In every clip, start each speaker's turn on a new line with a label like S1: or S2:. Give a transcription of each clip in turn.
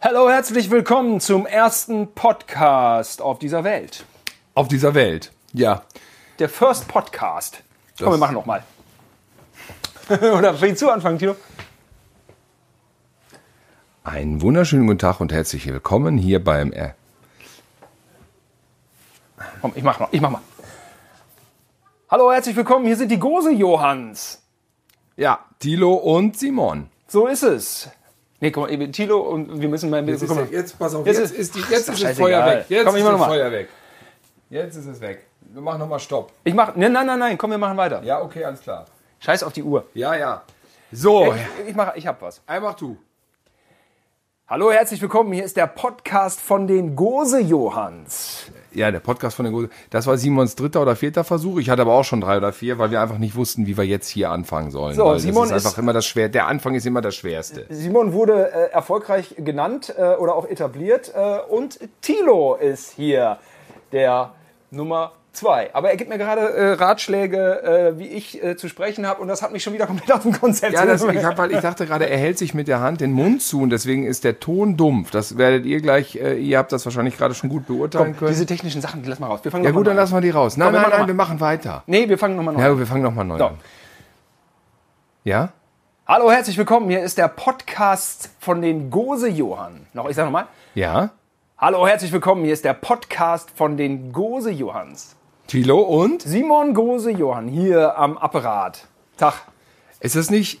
S1: Hallo, herzlich willkommen zum ersten Podcast auf dieser Welt.
S2: Auf dieser Welt. Ja.
S1: Der First Podcast. Komm, wir machen nochmal. Oder will ich zu anfangen, Tino?
S2: Einen wunderschönen guten Tag und herzlich willkommen hier beim. Äh,
S1: Komm, ich mach mal, ich mach mal. Hallo, herzlich willkommen, hier sind die Gose Johanns.
S2: ja, Thilo und Simon.
S1: So ist es. Nee, guck mal, Tilo und wir müssen mal ein bisschen...
S2: Jetzt,
S1: guck mal.
S2: pass auf,
S1: Jetzt
S2: jetzt,
S1: ist-
S2: ist, die, jetzt
S1: Ach,
S2: ist
S1: scheißegal.
S2: das Feuer weg. Jetzt
S1: Komm, ich
S2: ist
S1: mach
S2: das
S1: noch mal.
S2: Feuer weg. Jetzt ist es weg. Wir machen nochmal Stopp.
S1: Ich mach... ne, Nein, nein, nein, nein, komm, wir machen weiter.
S2: Ja, okay, alles klar.
S1: Scheiß auf die Uhr.
S2: Ja, ja. So,
S1: Ich, ich mach, ich hab was.
S2: einfach du.
S1: Hallo, herzlich willkommen, hier ist der Podcast von den Gose Johanns.
S2: Ja, der Podcast von der Gose. Das war Simons dritter oder vierter Versuch. Ich hatte aber auch schon drei oder vier, weil wir einfach nicht wussten, wie wir jetzt hier anfangen sollen.
S1: So,
S2: weil das
S1: Simon
S2: ist
S1: ist-
S2: einfach immer das schwer. Der Anfang ist immer das Schwerste.
S1: Simon wurde äh, erfolgreich genannt äh, oder auch etabliert äh, und Thilo ist hier der Nummer zwei. Aber er gibt mir gerade äh, Ratschläge, äh, wie ich äh, zu sprechen habe und das hat mich schon wieder komplett aus dem Konzept.
S2: Ja, das, ich, hab, halt- ich dachte gerade, er hält sich mit der Hand den Mund zu und deswegen ist der Ton dumpf. Das werdet ihr gleich, äh, ihr habt das wahrscheinlich gerade schon gut beurteilen können.
S1: Diese technischen Sachen, die lass mal raus. Wir fangen
S2: Ja
S1: noch
S2: gut,
S1: mal
S2: dann
S1: neu
S2: lassen wir die raus. Nein,
S1: Komm, wir
S2: nein,
S1: machen
S2: nein, wir machen weiter.
S1: an. Nee, wir fangen nochmal neu.
S2: Ja,
S1: an.
S2: gut, wir fangen nochmal neu an. Ja?
S1: Hallo, herzlich willkommen. Hier ist der Podcast von den Gose Johann. Noch, ich sag nochmal.
S2: Ja?
S1: Hallo, herzlich willkommen. Hier ist der Podcast von den Gose Johanns.
S2: Thilo und?
S1: Simon Gose Johann hier am Apparat. Tag.
S2: Ist das nicht...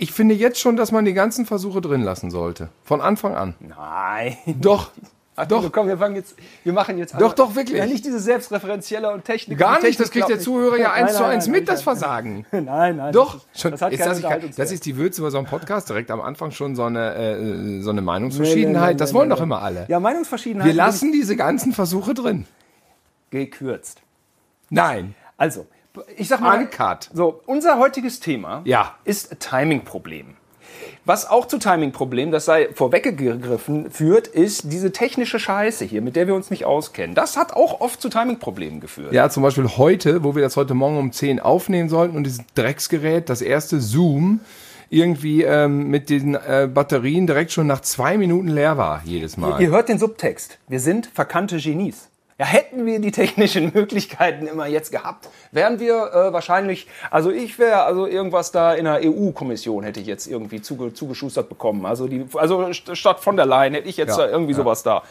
S2: Ich finde jetzt schon, dass man die ganzen Versuche drin lassen sollte. Von Anfang an.
S1: Nein.
S2: Doch.
S1: Doch,
S2: Doch.
S1: Also komm, wir fangen jetzt, wir machen jetzt.
S2: Doch, doch, wirklich.
S1: Ja, nicht dieses selbstreferenzielle und Technik.
S2: Gar nicht,
S1: Technik
S2: das kriegt der
S1: glaubt
S2: Zuhörer
S1: nicht.
S2: ja eins
S1: Nein,
S2: zu
S1: nein,
S2: eins
S1: nein,
S2: mit,
S1: nein,
S2: das Versagen.
S1: Nein, nein.
S2: Doch,
S1: das ist-
S2: schon.
S1: Das hat keine
S2: ist das, nicht, das
S1: Unterhaltungswert.
S2: ist die Würze bei so einem Podcast direkt am Anfang schon so eine, äh, so eine
S1: Nee,
S2: Meinungsverschiedenheit.
S1: nee, nee,
S2: das
S1: nee,
S2: wollen
S1: nee,
S2: doch
S1: nee.
S2: immer alle.
S1: Ja, Meinungsverschiedenheit.
S2: Wir lassen diese ganzen Versuche drin.
S1: gekürzt.
S2: Nein.
S1: Also, ich sag mal.
S2: Uncut.
S1: So, unser heutiges Thema
S2: Ja.
S1: ist Timing-Problem. Was auch zu Timing-Problem, das sei vorweggegriffen, führt, ist diese technische Scheiße hier, mit der wir uns nicht auskennen. Das hat auch oft zu Timing-Problemen geführt.
S2: Ja, zum Beispiel heute, wo wir das heute Morgen um 10 aufnehmen sollten und dieses Drecksgerät, das erste Zoom, irgendwie ähm, mit den äh, Batterien direkt schon nach zwei Minuten leer war, jedes Mal.
S1: Ihr hört den Subtext. Wir sind verkannte Genies. Ja, hätten wir die technischen Möglichkeiten immer jetzt gehabt, wären wir äh, wahrscheinlich, also ich wäre also irgendwas da in der EU-Kommission hätte ich jetzt irgendwie zuge, zugeschustert bekommen. Also die, also st- statt von der Leyen hätte ich jetzt
S2: Ja,
S1: da irgendwie sowas da.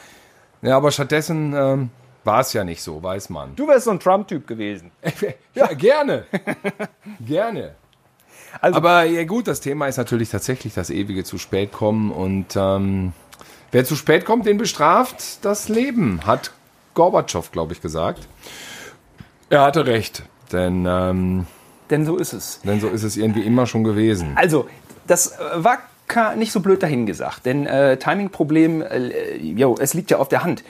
S2: Ja, aber stattdessen ähm, war es ja nicht so, weiß man.
S1: Du wärst so ein Trump-Typ gewesen.
S2: Ja, gerne. gerne.
S1: Also-
S2: aber ja gut, das Thema ist natürlich tatsächlich das ewige zu spät kommen und ähm, wer zu spät kommt, den bestraft das Leben, hat Gorbatschow, glaube ich, gesagt. Er hatte recht, denn, ähm,
S1: Denn so ist es.
S2: denn so ist es irgendwie immer schon gewesen.
S1: Also, das äh, war ka- nicht so blöd dahingesagt, denn äh, Timing-Problem, äh, jo, es liegt ja auf der Hand.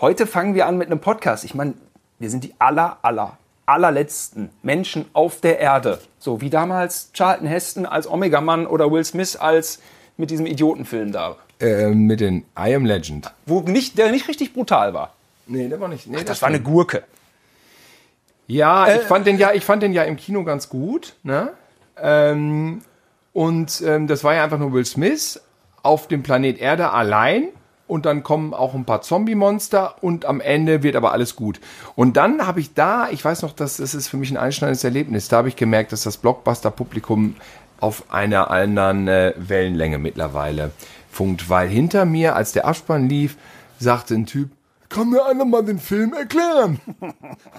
S1: Heute fangen wir an mit einem Podcast. Ich meine, wir sind die aller, aller, allerletzten Menschen auf der Erde. So wie damals Charlton Heston als Omega-Mann oder Will Smith als mit diesem Idiotenfilm da,
S2: Ähm, mit den I Am Legend.
S1: wo nicht, der nicht richtig brutal war.
S2: Nee, der war nicht. Nee,
S1: Das war eine Gurke.
S2: Ja, ich fand den ja, ich fand den ja im Kino ganz gut, ne? Ähm, und ähm, das war ja einfach nur Will Smith auf dem Planet Erde allein. Und dann kommen auch ein paar Zombie-Monster und am Ende wird aber alles gut. Und dann habe ich da, ich weiß noch, dass das ist für mich ein einschneidendes Erlebnis, da habe ich gemerkt, dass das Blockbuster-Publikum auf einer anderen äh, Wellenlänge mittlerweile funkt. Weil hinter mir, als der Abspann lief, sagte ein Typ, kann mir einer mal den Film erklären?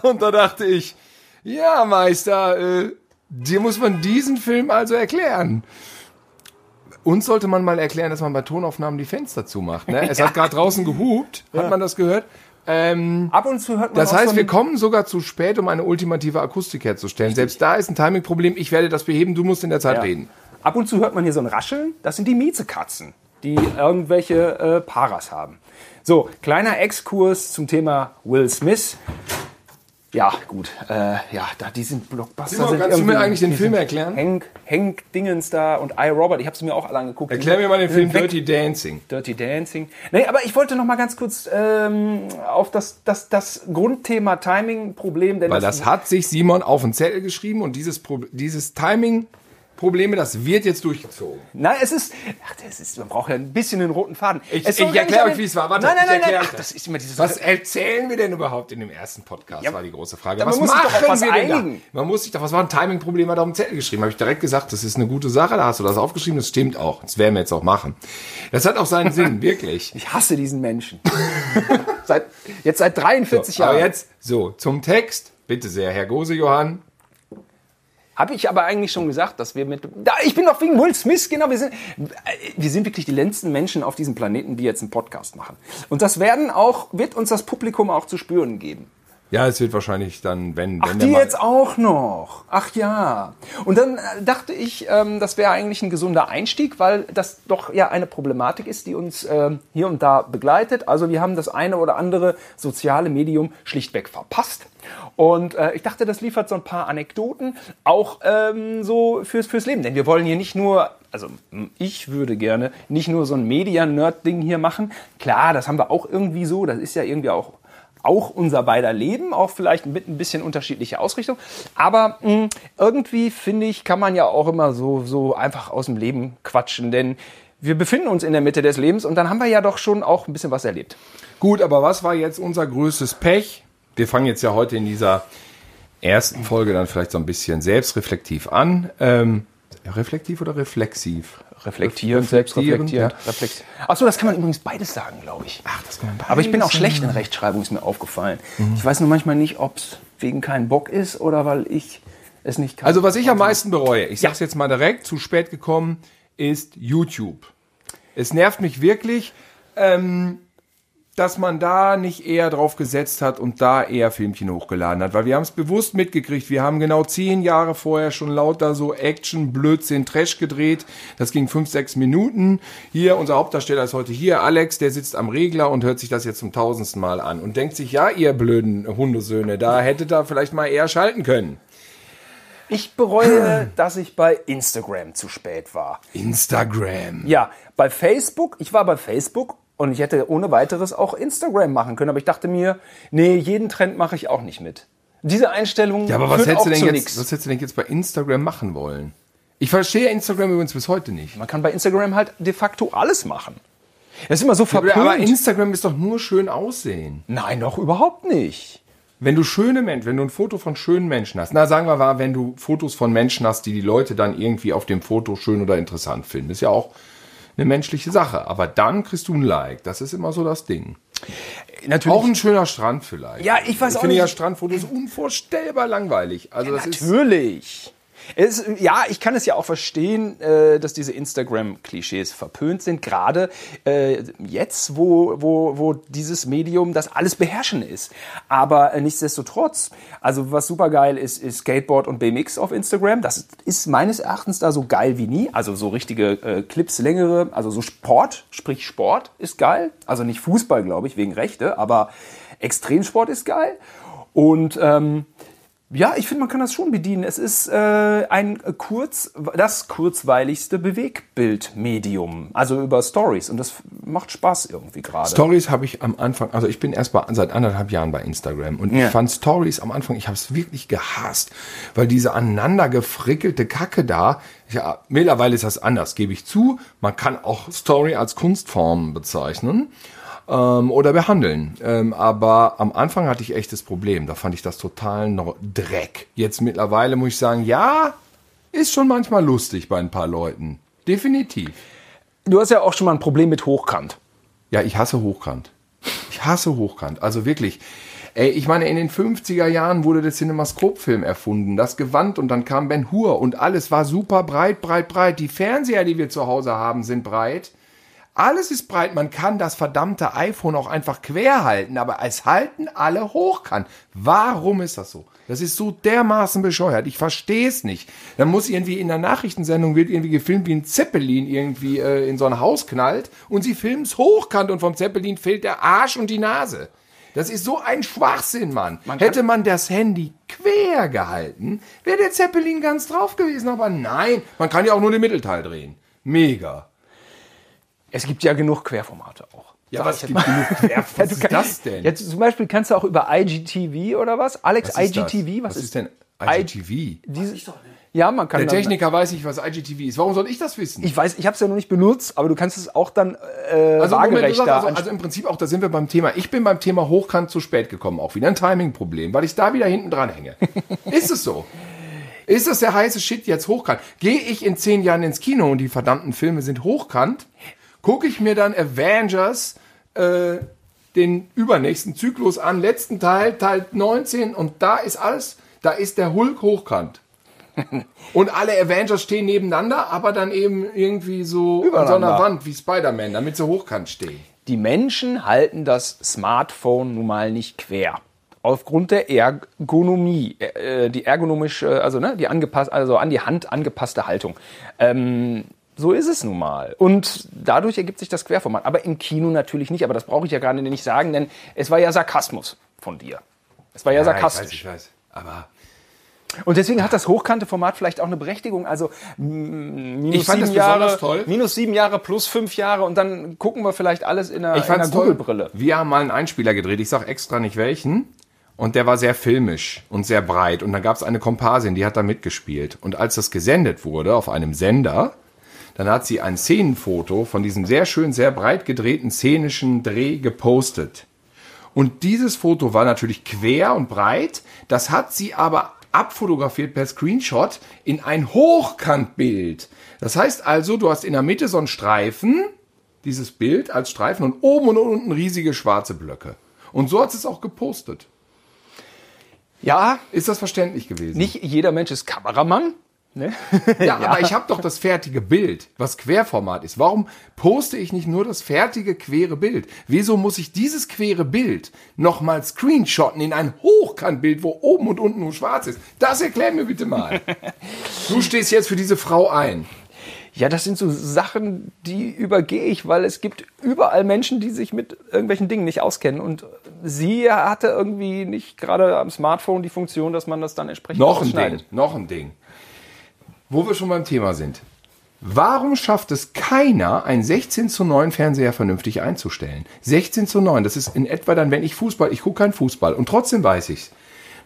S2: Und da dachte ich, ja, Meister, äh, dir muss man diesen Film also erklären. Uns sollte man mal erklären, dass man bei Tonaufnahmen die Fenster zumacht. Ne? Es hat gerade draußen gehupt, hat man das gehört. Ähm,
S1: Ab und zu hört man
S2: das
S1: auch so
S2: heißt, wir
S1: einen-
S2: kommen sogar zu spät, um eine ultimative Akustik herzustellen. Selbst da ist ein Timing-Problem. Ich werde das beheben, du musst in der Zeit reden.
S1: Ab und zu hört man hier so ein Rascheln. Das sind die Miezekatzen, die irgendwelche äh, Paras haben. So, kleiner Exkurs zum Thema Will Smith. Ja, gut. Äh, ja, da, die sind Blockbuster.
S2: Simon,
S1: sind
S2: kannst du
S1: irgendwie-
S2: mir eigentlich den
S1: die
S2: Film
S1: sind
S2: erklären?
S1: Hank, Hank Dingens da und I, Robert. Ich habe sie mir auch alle angeguckt.
S2: Erklär mir mal den
S1: Die
S2: Film
S1: sind weg.
S2: Dirty Dancing.
S1: Dirty Dancing. Nee, aber ich wollte noch mal ganz kurz ähm, auf das, das, das Grundthema Timing-Problem. denn
S2: Weil das hat sich Simon auf den Zettel geschrieben und dieses, Pro dieses Timing Probleme, das wird jetzt durchgezogen.
S1: Nein, es ist, ach, das ist, man braucht ja ein bisschen den roten Faden.
S2: Ich-
S1: Es soll
S2: ich
S1: gar nicht
S2: erklär
S1: an
S2: euch,
S1: den-
S2: wie es war. Warte,
S1: nein, nein,
S2: ich
S1: nein, nein.
S2: erklär euch
S1: Ach,
S2: das.
S1: das ist immer dieses.
S2: Was erzählen wir denn überhaupt in dem ersten Podcast,
S1: Ja.
S2: war die große Frage.
S1: Da
S2: was
S1: muss man
S2: machen
S1: sich doch auf was
S2: wir denn
S1: einigen.
S2: da? Man muss sich doch, was war ein Timing-Problem, hat er auf dem Zettel geschrieben. Habe ich direkt gesagt, das ist eine gute Sache, da hast du das aufgeschrieben, das stimmt auch. Das werden wir jetzt auch machen. Das hat auch seinen Sinn, wirklich.
S1: ich hasse diesen Menschen. seit, jetzt seit 43
S2: Aber
S1: Jahren.
S2: jetzt, so, zum Text. Bitte sehr, Herr Gose-Johann.
S1: Habe ich aber eigentlich schon gesagt, dass wir mit. Da, ich bin doch wegen Will Smith, genau. Wir sind, wir sind wirklich die letzten Menschen auf diesem Planeten, die jetzt einen Podcast machen. Und das werden auch, wird uns das Publikum auch zu spüren geben.
S2: Ja, es wird wahrscheinlich dann, wenn,
S1: Ach,
S2: wenn
S1: die
S2: mal-
S1: jetzt auch noch. Ach ja. Und dann äh, dachte ich, ähm, das wäre eigentlich ein gesunder Einstieg, weil das doch ja eine Problematik ist, die uns ähm, hier und da begleitet. Also wir haben das eine oder andere soziale Medium schlichtweg verpasst. Und äh, ich dachte, das liefert so ein paar Anekdoten, auch ähm, so fürs, fürs Leben. Denn wir wollen hier nicht nur, also m, ich würde gerne nicht nur so ein Media-Nerd-Ding hier machen. Klar, das haben wir auch irgendwie so, das ist ja irgendwie auch auch unser beider Leben, auch vielleicht mit ein bisschen unterschiedlicher Ausrichtung. Aber mh, irgendwie finde ich, kann man ja auch immer so, so einfach aus dem Leben quatschen, denn wir befinden uns in der Mitte des Lebens und dann haben wir ja doch schon auch ein bisschen was erlebt.
S2: Gut, aber was war jetzt unser größtes Pech? Wir fangen jetzt ja heute in dieser ersten Folge dann vielleicht so ein bisschen selbstreflektiv an. Ähm, reflektiv oder reflexiv?
S1: Reflektieren,
S2: Reflektieren,
S1: selbstreflektiert. Reflekt Achso, das kann man übrigens beides sagen, glaube ich.
S2: Ach, Mhm. das kann man
S1: Aber ich bin auch
S2: beides
S1: schlecht in Rechtschreibung, ist mir aufgefallen. Ich weiß nur manchmal nicht, ob es wegen keinem Bock ist oder weil ich es nicht kann.
S2: Also was ich am meisten bereue, ich sag's jetzt mal direkt, zu spät gekommen, ist YouTube. Es nervt mich wirklich, ähm, dass man da nicht eher drauf gesetzt hat und da eher Filmchen hochgeladen hat, weil wir haben es bewusst mitgekriegt. Wir haben genau zehn Jahre vorher schon lauter so Action, Blödsinn, Trash gedreht. Das ging fünf, sechs Minuten. Hier, unser Hauptdarsteller ist heute hier, Alex, der sitzt am Regler und hört sich das jetzt zum tausendsten Mal an und denkt sich, ja, ihr blöden Hundesöhne, da hättet ihr vielleicht mal eher schalten können.
S1: ich bereue, dass ich bei Instagram zu spät war.
S2: Instagram.
S1: Ja, bei Facebook, ich war bei Facebook und ich hätte ohne weiteres auch Instagram machen können, aber ich dachte mir, nee, jeden Trend mache ich auch nicht mit. Diese Einstellung
S2: Ja, aber was hättest,
S1: auch
S2: du denn
S1: zu
S2: jetzt,
S1: nichts.
S2: was hättest du denn jetzt bei Instagram machen wollen? Ich verstehe Instagram übrigens bis heute nicht.
S1: Man kann bei Instagram halt de facto alles machen. Das ist immer so verpönt.
S2: Aber Instagram ist doch nur schön aussehen.
S1: Nein, doch überhaupt nicht.
S2: Wenn du schöne Menschen, wenn du ein Foto von schönen Menschen hast, na sagen wir mal, wenn du Fotos von Menschen hast, die die Leute dann irgendwie auf dem Foto schön oder interessant finden, ist ja auch eine menschliche Sache. Aber dann kriegst du ein Like. Das ist immer so das Ding.
S1: Natürlich.
S2: Auch ein schöner Strand vielleicht.
S1: Ja, ich weiß
S2: ich
S1: auch
S2: finde
S1: nicht.
S2: ja Strandfotos unvorstellbar langweilig. Also das ist
S1: Natürlich. Es, ja, ich kann es ja auch verstehen, äh, dass diese Instagram-Klischees verpönt sind, gerade äh, jetzt, wo, wo, wo dieses Medium das alles beherrschen ist. Aber äh, nichtsdestotrotz, also was super geil ist, ist Skateboard und BMX auf Instagram. Das ist meines Erachtens da so geil wie nie. Also so richtige äh, Clips, längere, also so Sport, sprich Sport ist geil. Also nicht Fußball, glaube ich, wegen Rechte, aber Extremsport ist geil. Und ähm, ja, ich finde, man kann das schon bedienen. Es ist äh, ein kurz, das kurzweiligste Bewegbildmedium, also über Stories. Und das f- macht Spaß irgendwie gerade.
S2: Stories habe ich am Anfang, also ich bin erst bei, seit anderthalb Jahren bei Instagram und
S1: Ja.
S2: ich fand Stories am Anfang, ich habe es wirklich gehasst, weil diese aneinander gefrickelte Kacke da, ja, mittlerweile ist das anders, gebe ich zu. Man kann auch Story als Kunstform bezeichnen ähm, oder behandeln. Ähm, aber am Anfang hatte ich echtes Problem, da fand ich das totalen Nor- Dreck. Jetzt mittlerweile muss ich sagen, ja, ist schon manchmal lustig bei ein paar Leuten. Definitiv.
S1: Du hast ja auch schon mal ein Problem mit Hochkant.
S2: Ja, ich hasse Hochkant. Ich hasse Hochkant. Also wirklich. Ey, ich meine, in den 50er Jahren wurde der Cinemascope-Film erfunden, das Gewand und dann kam Ben Hur und alles war super breit, breit, breit. Die Fernseher, die wir zu Hause haben, sind breit. Alles ist breit. Man kann das verdammte iPhone auch einfach quer halten, aber es halten alle hochkant. Warum ist das so? Das ist so dermaßen bescheuert. Ich verstehe es nicht. Dann muss irgendwie in der Nachrichtensendung wird irgendwie gefilmt, wie ein Zeppelin irgendwie äh, in so ein Haus knallt und sie filmen es hochkant und vom Zeppelin fehlt der Arsch und die Nase. Das ist so ein Schwachsinn, Mann.
S1: kann-
S2: Hätte man das Handy quer gehalten, wäre der Zeppelin ganz drauf gewesen. Aber nein, man kann ja auch nur den Mittelteil drehen. Mega.
S1: Es gibt ja genug Querformate auch.
S2: Ja,
S1: Sag
S2: was
S1: ich jetzt
S2: gibt
S1: mal.
S2: genug Werf? Was
S1: du
S2: ist
S1: kannst-
S2: das denn?
S1: Jetzt zum Beispiel kannst du auch über IGTV oder was? Alex
S2: Was ist das?
S1: IGTV, was, ist
S2: denn IGTV.
S1: Genau,
S3: Diese, ja, man kann
S2: Der
S3: dann-
S2: Techniker weiß nicht, was IGTV ist. Warum soll ich das wissen?
S3: Ich weiß, ich habe es ja noch nicht benutzt, aber du kannst es auch dann äh,
S2: also, Moment, du
S3: waagerecht
S2: sagst
S3: da
S2: also, also im Prinzip auch, da sind wir beim Thema. Ich bin beim Thema Hochkant zu spät gekommen. Auch wieder ein Timing-Problem, weil ich da wieder hinten dran hänge. ist es so? Ist das der heiße Shit jetzt hochkant? Gehe ich in zehn Jahren ins Kino und die verdammten Filme sind hochkant, gucke ich mir dann Avengers äh, den übernächsten Zyklus an, letzten Teil, Teil 19 und da ist alles, da ist der Hulk hochkant. Und alle Avengers stehen nebeneinander, aber dann eben irgendwie so an so einer
S3: Übereinander.
S2: Wand wie Spider-Man, damit sie hochkant stehen.
S3: Die Menschen halten das Smartphone nun mal nicht quer. Aufgrund der Ergonomie, äh, die ergonomisch, äh, also ne, die angepasst, also an die Hand angepasste Haltung. Ähm, so ist es nun mal. Und dadurch ergibt sich das Querformat. Aber im Kino natürlich nicht. Aber das brauche ich ja gerade nicht sagen, denn es war ja Sarkasmus von dir. Es war ja, sarkastisch.
S2: ich weiß. Aber
S3: Und deswegen hat das hochkante Format vielleicht auch eine Berechtigung. Also mm, minus
S2: Ich fand das
S3: sieben
S2: besonders
S3: Jahre,
S2: toll.
S3: minus sieben Jahre plus fünf Jahre und dann gucken wir vielleicht alles in einer,
S2: ich fand's
S3: in einer
S2: toll.
S3: Google-Brille.
S2: Wir haben mal einen Einspieler gedreht, ich sag extra nicht welchen. Und der war sehr filmisch und sehr breit. Und dann gab es eine Komparsin, die hat da mitgespielt. Und als das gesendet wurde auf einem Sender, dann hat sie ein Szenenfoto von diesem sehr schön, sehr breit gedrehten szenischen Dreh gepostet. Und dieses Foto war natürlich quer und breit. Das hat sie aber abfotografiert per Screenshot in ein Hochkantbild. Das heißt also, du hast in der Mitte so einen Streifen, dieses Bild als Streifen und oben und unten riesige schwarze Blöcke. Und so hat sie es auch gepostet.
S3: Ja,
S2: Ist das verständlich gewesen?
S3: nicht jeder Mensch ist Kameramann. Ne?
S2: ja, aber ich habe doch das fertige Bild, was Querformat ist. Warum poste ich nicht nur das fertige quere Bild? Wieso muss ich dieses quere Bild nochmal screenshotten in ein Hochkantbild, wo oben und unten nur schwarz ist? Das erklär mir bitte mal. Du stehst jetzt für diese Frau ein.
S3: Ja, das sind so Sachen, die übergehe ich, weil es gibt überall Menschen, die sich mit irgendwelchen Dingen nicht auskennen. Und sie hatte irgendwie nicht gerade am Smartphone die Funktion, dass man das dann entsprechend
S2: Noch ein Ding,
S3: ausschneidet.
S2: noch ein Ding. Wo wir schon beim Thema sind. Warum schafft es keiner, einen 16 zu 9 Fernseher vernünftig einzustellen? 16 zu 9, das ist in etwa dann, wenn ich Fußball, ich gucke keinen Fußball und trotzdem weiß ich's.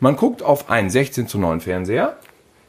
S2: Man guckt auf einen 16 zu 9 Fernseher,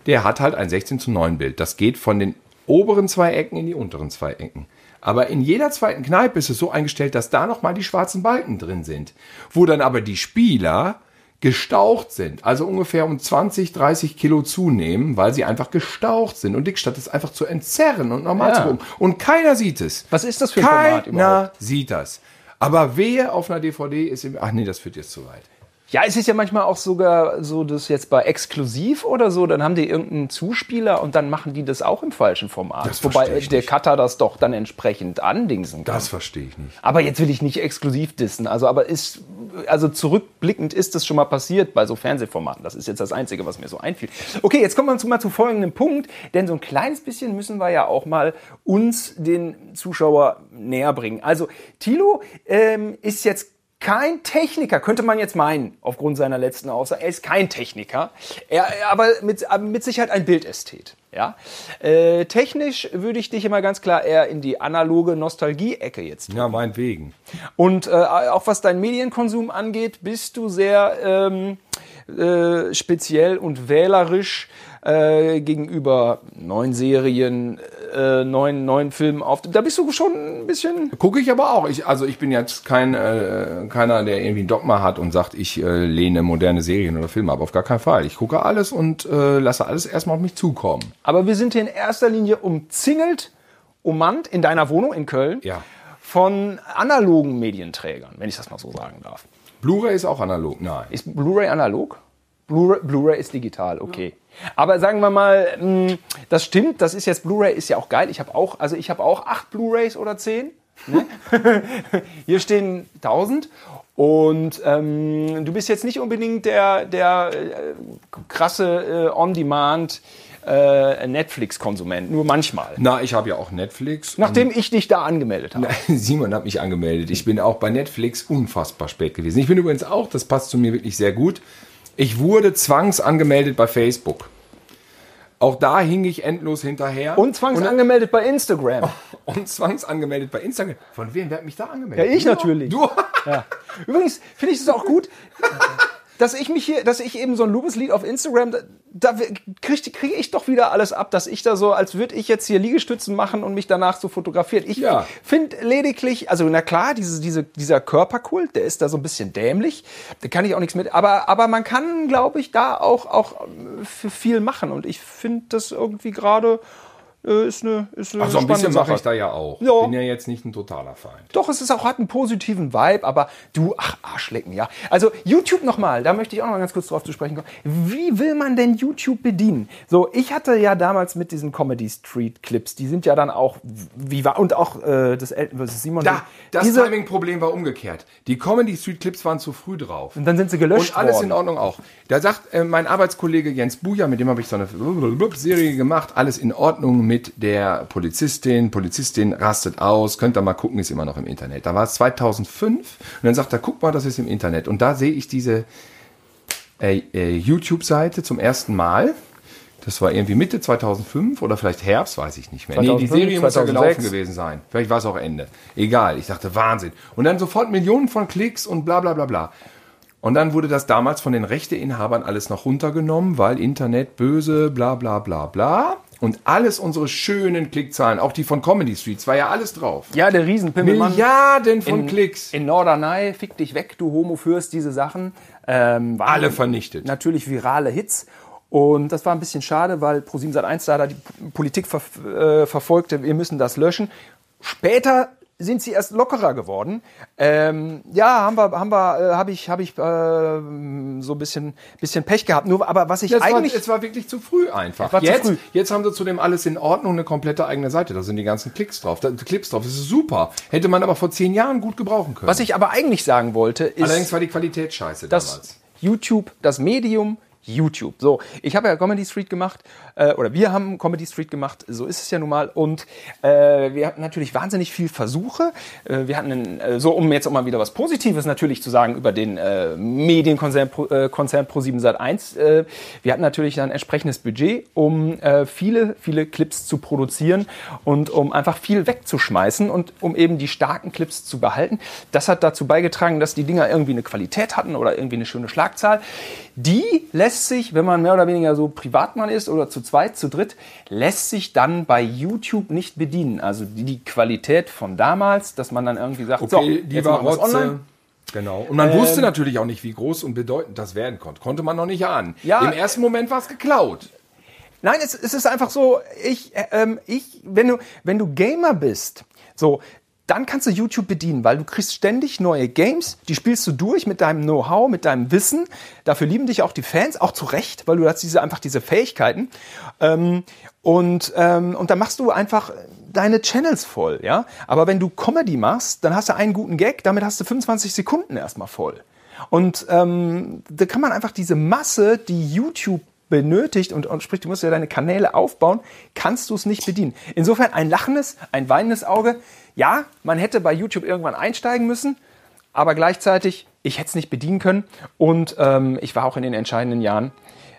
S2: der hat halt ein 16 zu 9 Bild. Das geht von den oberen zwei Ecken in die unteren zwei Ecken. Aber in jeder zweiten Kneipe ist es so eingestellt, dass da nochmal die schwarzen Balken drin sind, wo dann aber die Spieler gestaucht sind, also ungefähr um 20, 30 Kilo zunehmen, weil sie einfach gestaucht sind und dick, statt es einfach zu entzerren und normal
S3: Ja.
S2: zu gucken. Und keiner sieht es.
S3: Was ist das für ein Format
S2: Keiner
S3: überhaupt?
S2: sieht das. Aber wehe auf einer DVD ist im, ach nee, das führt jetzt zu weit.
S3: Ja, es ist ja manchmal auch sogar so, dass jetzt bei exklusiv oder so, dann haben die irgendeinen Zuspieler und dann machen die das auch im falschen Format.
S2: Das verstehe ich
S3: Wobei äh,
S2: nicht.
S3: der Cutter das doch dann entsprechend andingsen kann.
S2: verstehe ich nicht.
S3: aber jetzt will ich nicht exklusiv dissen. Also, aber ist, also zurückblickend ist das schon mal passiert bei so Fernsehformaten. Das ist jetzt das Einzige, was mir so einfiel. Okay, jetzt kommen wir zu, mal zu folgendem Punkt, denn so ein kleines bisschen müssen wir ja auch mal uns den Zuschauer näher bringen. Also, Thilo ähm, ist jetzt kein Techniker, könnte man jetzt meinen, aufgrund seiner letzten Aussage. Er ist kein Techniker, er, er aber mit, aber mit Sicherheit ein Bildästhet. Ja? Äh, technisch würde ich dich immer ganz klar eher in die analoge Nostalgie-Ecke jetzt
S2: Ja, meinetwegen.
S3: und äh, auch was deinen Medienkonsum angeht, bist du sehr ähm, äh, speziell und wählerisch äh, gegenüber neuen Serien, äh, neuen, neuen Filmen auf. Da bist du schon ein bisschen.
S2: Gucke ich aber auch. Ich, also ich bin jetzt kein äh, keiner, der irgendwie ein Dogma hat und sagt, ich äh, lehne moderne Serien oder Filme ab. Auf gar keinen Fall. Ich gucke alles und äh, lasse alles erstmal auf mich zukommen.
S3: Aber wir sind hier in erster Linie umzingelt, ummannt in deiner Wohnung in Köln
S2: Ja.
S3: von analogen Medienträgern, wenn ich das mal so sagen darf.
S2: Blu-ray ist auch analog. Nein.
S3: Ist Blu-ray analog? Blu-ray Blu ist digital, okay. Aber sagen wir mal, mh, das stimmt, das ist jetzt Blu-ray ist ja auch geil. Ich habe auch, also ich habe auch acht Blu-rays oder zehn. Ne? Hier stehen 1000 und ähm, du bist jetzt nicht unbedingt der, der äh, krasse äh, On-Demand äh, Netflix-Konsument, nur manchmal.
S2: Na, ich habe ja auch Netflix.
S3: Nachdem ich dich da angemeldet habe.
S2: Simon hat mich angemeldet. Ich bin auch bei Netflix unfassbar spät gewesen. Ich bin übrigens auch, das passt zu mir wirklich sehr gut. Ich wurde zwangsangemeldet bei Facebook. Auch da hing ich endlos hinterher.
S3: Und zwangsangemeldet bei Instagram.
S2: und zwangsangemeldet bei Instagram. Von wem? Wer hat mich da angemeldet?
S3: Ja, ich
S2: Du?
S3: natürlich.
S2: Du?
S3: Übrigens finde ich es auch gut. dass ich mich hier, dass ich eben so ein Lubis-Lied auf Instagram, da, da kriege krieg ich doch wieder alles ab, dass ich da so, als würde ich jetzt hier Liegestützen machen und mich danach so fotografiert. Ich
S2: Ja.
S3: finde lediglich, also na klar, diese, diese, dieser Körperkult, der ist da so ein bisschen dämlich, da kann ich auch nichts mit, aber, aber man kann, glaube ich, da auch, auch ähm, f- viel machen und ich finde das irgendwie gerade äh, ist eine, ist eine
S2: Ach, so Also ein bisschen
S3: spannende
S2: mache
S3: Sache.
S2: ich da ja auch.
S3: Ja.
S2: Bin ja jetzt nicht ein totaler Feind.
S3: Doch, es ist auch, hat einen positiven Vibe, aber du, ach, Arschlecken, ja. Also YouTube nochmal, da möchte ich auch nochmal ganz kurz drauf zu sprechen kommen. Wie will man denn YouTube bedienen? So, ich hatte ja damals mit diesen Comedy Street Clips, die sind ja dann auch, wie war, und auch äh, das Elton vs. Simon.
S2: Da, das
S3: diese,
S2: Timing-Problem war umgekehrt. Die Comedy Street Clips waren zu früh drauf.
S3: und dann sind sie gelöscht
S2: Und alles
S3: worden.
S2: in Ordnung auch. Da sagt äh, mein Arbeitskollege Jens Buja, mit dem habe ich so eine blub- Serie gemacht, alles in Ordnung mit der Polizistin. Polizistin rastet aus, könnt ihr mal gucken, ist immer noch im Internet. Da war es 2005 und dann sagt er, guck mal, das ist im Internet. Und da sehe ich diese äh, äh, YouTube-Seite zum ersten Mal. Das war irgendwie Mitte 2005 oder vielleicht Herbst, weiß ich nicht mehr.
S3: 2005,
S2: nee, die Serie muss ja
S3: 2006.
S2: gelaufen gewesen sein. Vielleicht war es auch Ende. Egal, ich dachte, Wahnsinn. Und dann sofort Millionen von Klicks und bla bla bla bla. Und dann wurde das damals von den Rechteinhabern alles noch runtergenommen, weil Internet böse, bla bla bla bla. Und alles unsere schönen Klickzahlen, auch die von Comedy Streets, war ja alles drauf.
S3: Ja, der Riesenpimmelmann.
S2: Milliarden von Klicks.
S3: In Norderney, fick dich weg, du Homo, führst diese Sachen. Ähm, waren
S2: Alle vernichtet.
S3: Natürlich virale Hits. Und das war ein bisschen schade, weil ProSiebenSat1 da, da die Politik verf- äh, verfolgte, wir müssen das löschen. Später sind sie erst lockerer geworden. Ähm, ja, haben wir, haben wir, äh, habe ich, habe ich äh, so ein bisschen, bisschen Pech gehabt. Nur, aber was ich
S2: Es war,
S3: eigentlich
S2: es war wirklich zu früh einfach.
S3: war zu
S2: jetzt,
S3: früh.
S2: jetzt haben sie zu dem alles in Ordnung eine komplette eigene Seite. Da sind die ganzen Klicks drauf, da, Clips drauf. Das ist super. Hätte man aber vor zehn Jahren gut gebrauchen können.
S3: was ich aber eigentlich sagen wollte, ist.
S2: Allerdings war die Qualität scheiße damals.
S3: das YouTube, das Medium YouTube. So, ich habe ja Comedy Street gemacht äh, oder wir haben Comedy Street gemacht, so ist es ja nun mal und äh, wir hatten natürlich wahnsinnig viel Versuche. Äh, wir hatten, einen, äh, so um jetzt auch mal wieder was Positives natürlich zu sagen über den äh, Medienkonzern Pro- äh, Konzern Pro7 Sat1, äh, wir hatten natürlich dann ein entsprechendes Budget, um äh, viele, viele Clips zu produzieren und um einfach viel wegzuschmeißen und um eben die starken Clips zu behalten. Das hat dazu beigetragen, dass die Dinger irgendwie eine Qualität hatten oder irgendwie eine schöne Schlagzahl. Die lässt sich, wenn man mehr oder weniger so Privatmann ist oder zu zweit, zu dritt, lässt sich dann bei YouTube nicht bedienen. Also die, die Qualität von damals, dass man dann irgendwie sagt,
S2: Okay,
S3: so,
S2: die
S3: jetzt
S2: war
S3: machen wir's
S2: Rotze. Genau. Und
S3: Ähm,
S2: man wusste natürlich auch nicht, wie groß und bedeutend das werden konnte. Konnte man noch nicht ahnen.
S3: Ja.
S2: Im ersten Moment war es geklaut.
S3: Nein, es, es ist einfach so, ich, äh, ähm, ich, wenn du, wenn du Gamer bist, so, dann kannst du YouTube bedienen, weil du kriegst ständig neue Games, die spielst du durch mit deinem Know-how, mit deinem Wissen. Dafür lieben dich auch die Fans, auch zu Recht, weil du hast diese, einfach diese Fähigkeiten. Ähm, und, ähm, und dann machst du einfach deine Channels voll, ja. Aber wenn du Comedy machst, dann hast du einen guten Gag, damit hast du 25 Sekunden erstmal voll. Und ähm, da kann man einfach diese Masse, die YouTube benötigt und, und sprich, du musst ja deine Kanäle aufbauen, kannst du es nicht bedienen. Insofern ein lachendes, ein weinendes Auge. Ja, man hätte bei YouTube irgendwann einsteigen müssen, aber gleichzeitig, ich hätte es nicht bedienen können und ähm, ich war auch in den entscheidenden Jahren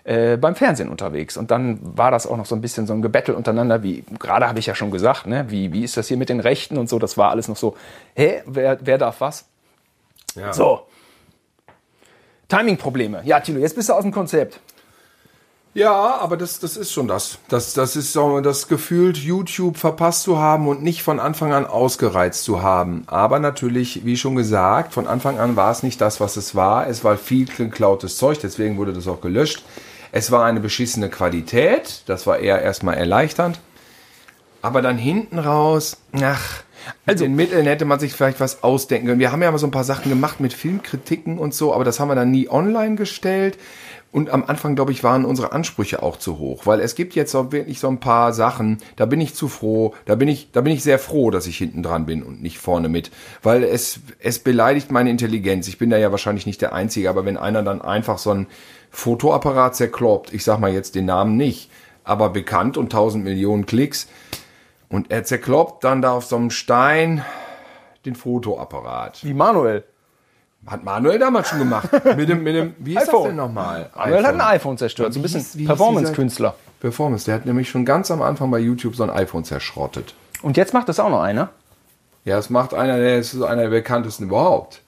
S3: äh, beim Fernsehen unterwegs. Und dann war das auch noch so ein bisschen so ein Gebettel untereinander, wie gerade habe ich ja schon gesagt, ne? wie, wie ist das hier mit den Rechten und so, das war alles noch so, hä, wer, wer darf was?
S2: Ja.
S3: So. Timing-Probleme. Ja, Tilo, jetzt bist du aus dem Konzept.
S2: Ja, aber das, das ist schon das. Das, das ist so das gefühlt, YouTube verpasst zu haben und nicht von Anfang an ausgereizt zu haben. Aber natürlich, wie schon gesagt, von Anfang an war es nicht das, was es war. Es war viel geklautes Zeug, deswegen wurde das auch gelöscht. Es war eine beschissene Qualität. Das war eher erstmal erleichternd. Aber dann hinten raus, ach, also in Mitteln hätte man sich vielleicht was ausdenken können. Wir haben ja mal so ein paar Sachen gemacht mit Filmkritiken und so, aber das haben wir dann nie online gestellt. Und am Anfang, glaube ich, waren unsere Ansprüche auch zu hoch, weil es gibt jetzt so wirklich so ein paar Sachen, da bin ich zu froh, da bin ich, da bin ich sehr froh, dass ich hinten dran bin und nicht vorne mit, weil es, es beleidigt meine Intelligenz. Ich bin da ja wahrscheinlich nicht der Einzige, aber wenn einer dann einfach so ein Fotoapparat zerkloppt, ich sag mal jetzt den Namen nicht, aber bekannt und 1000 Millionen Klicks, und er zerkloppt dann da auf so einem Stein den Fotoapparat.
S3: Wie Manuel.
S2: Hat Manuel damals schon gemacht. Mit dem, mit dem, wie ist
S3: iPhone.
S2: das denn nochmal?
S3: Manuel hat ein iPhone zerstört. So ein
S2: Wie hieß- wie
S3: bisschen
S2: hieß
S3: Performance-Künstler.
S2: Performance. Der hat nämlich schon ganz am Anfang bei YouTube so ein iPhone zerschrottet.
S3: Und jetzt macht das auch noch einer.
S2: Ja, das macht einer, der ist so einer der bekanntesten überhaupt.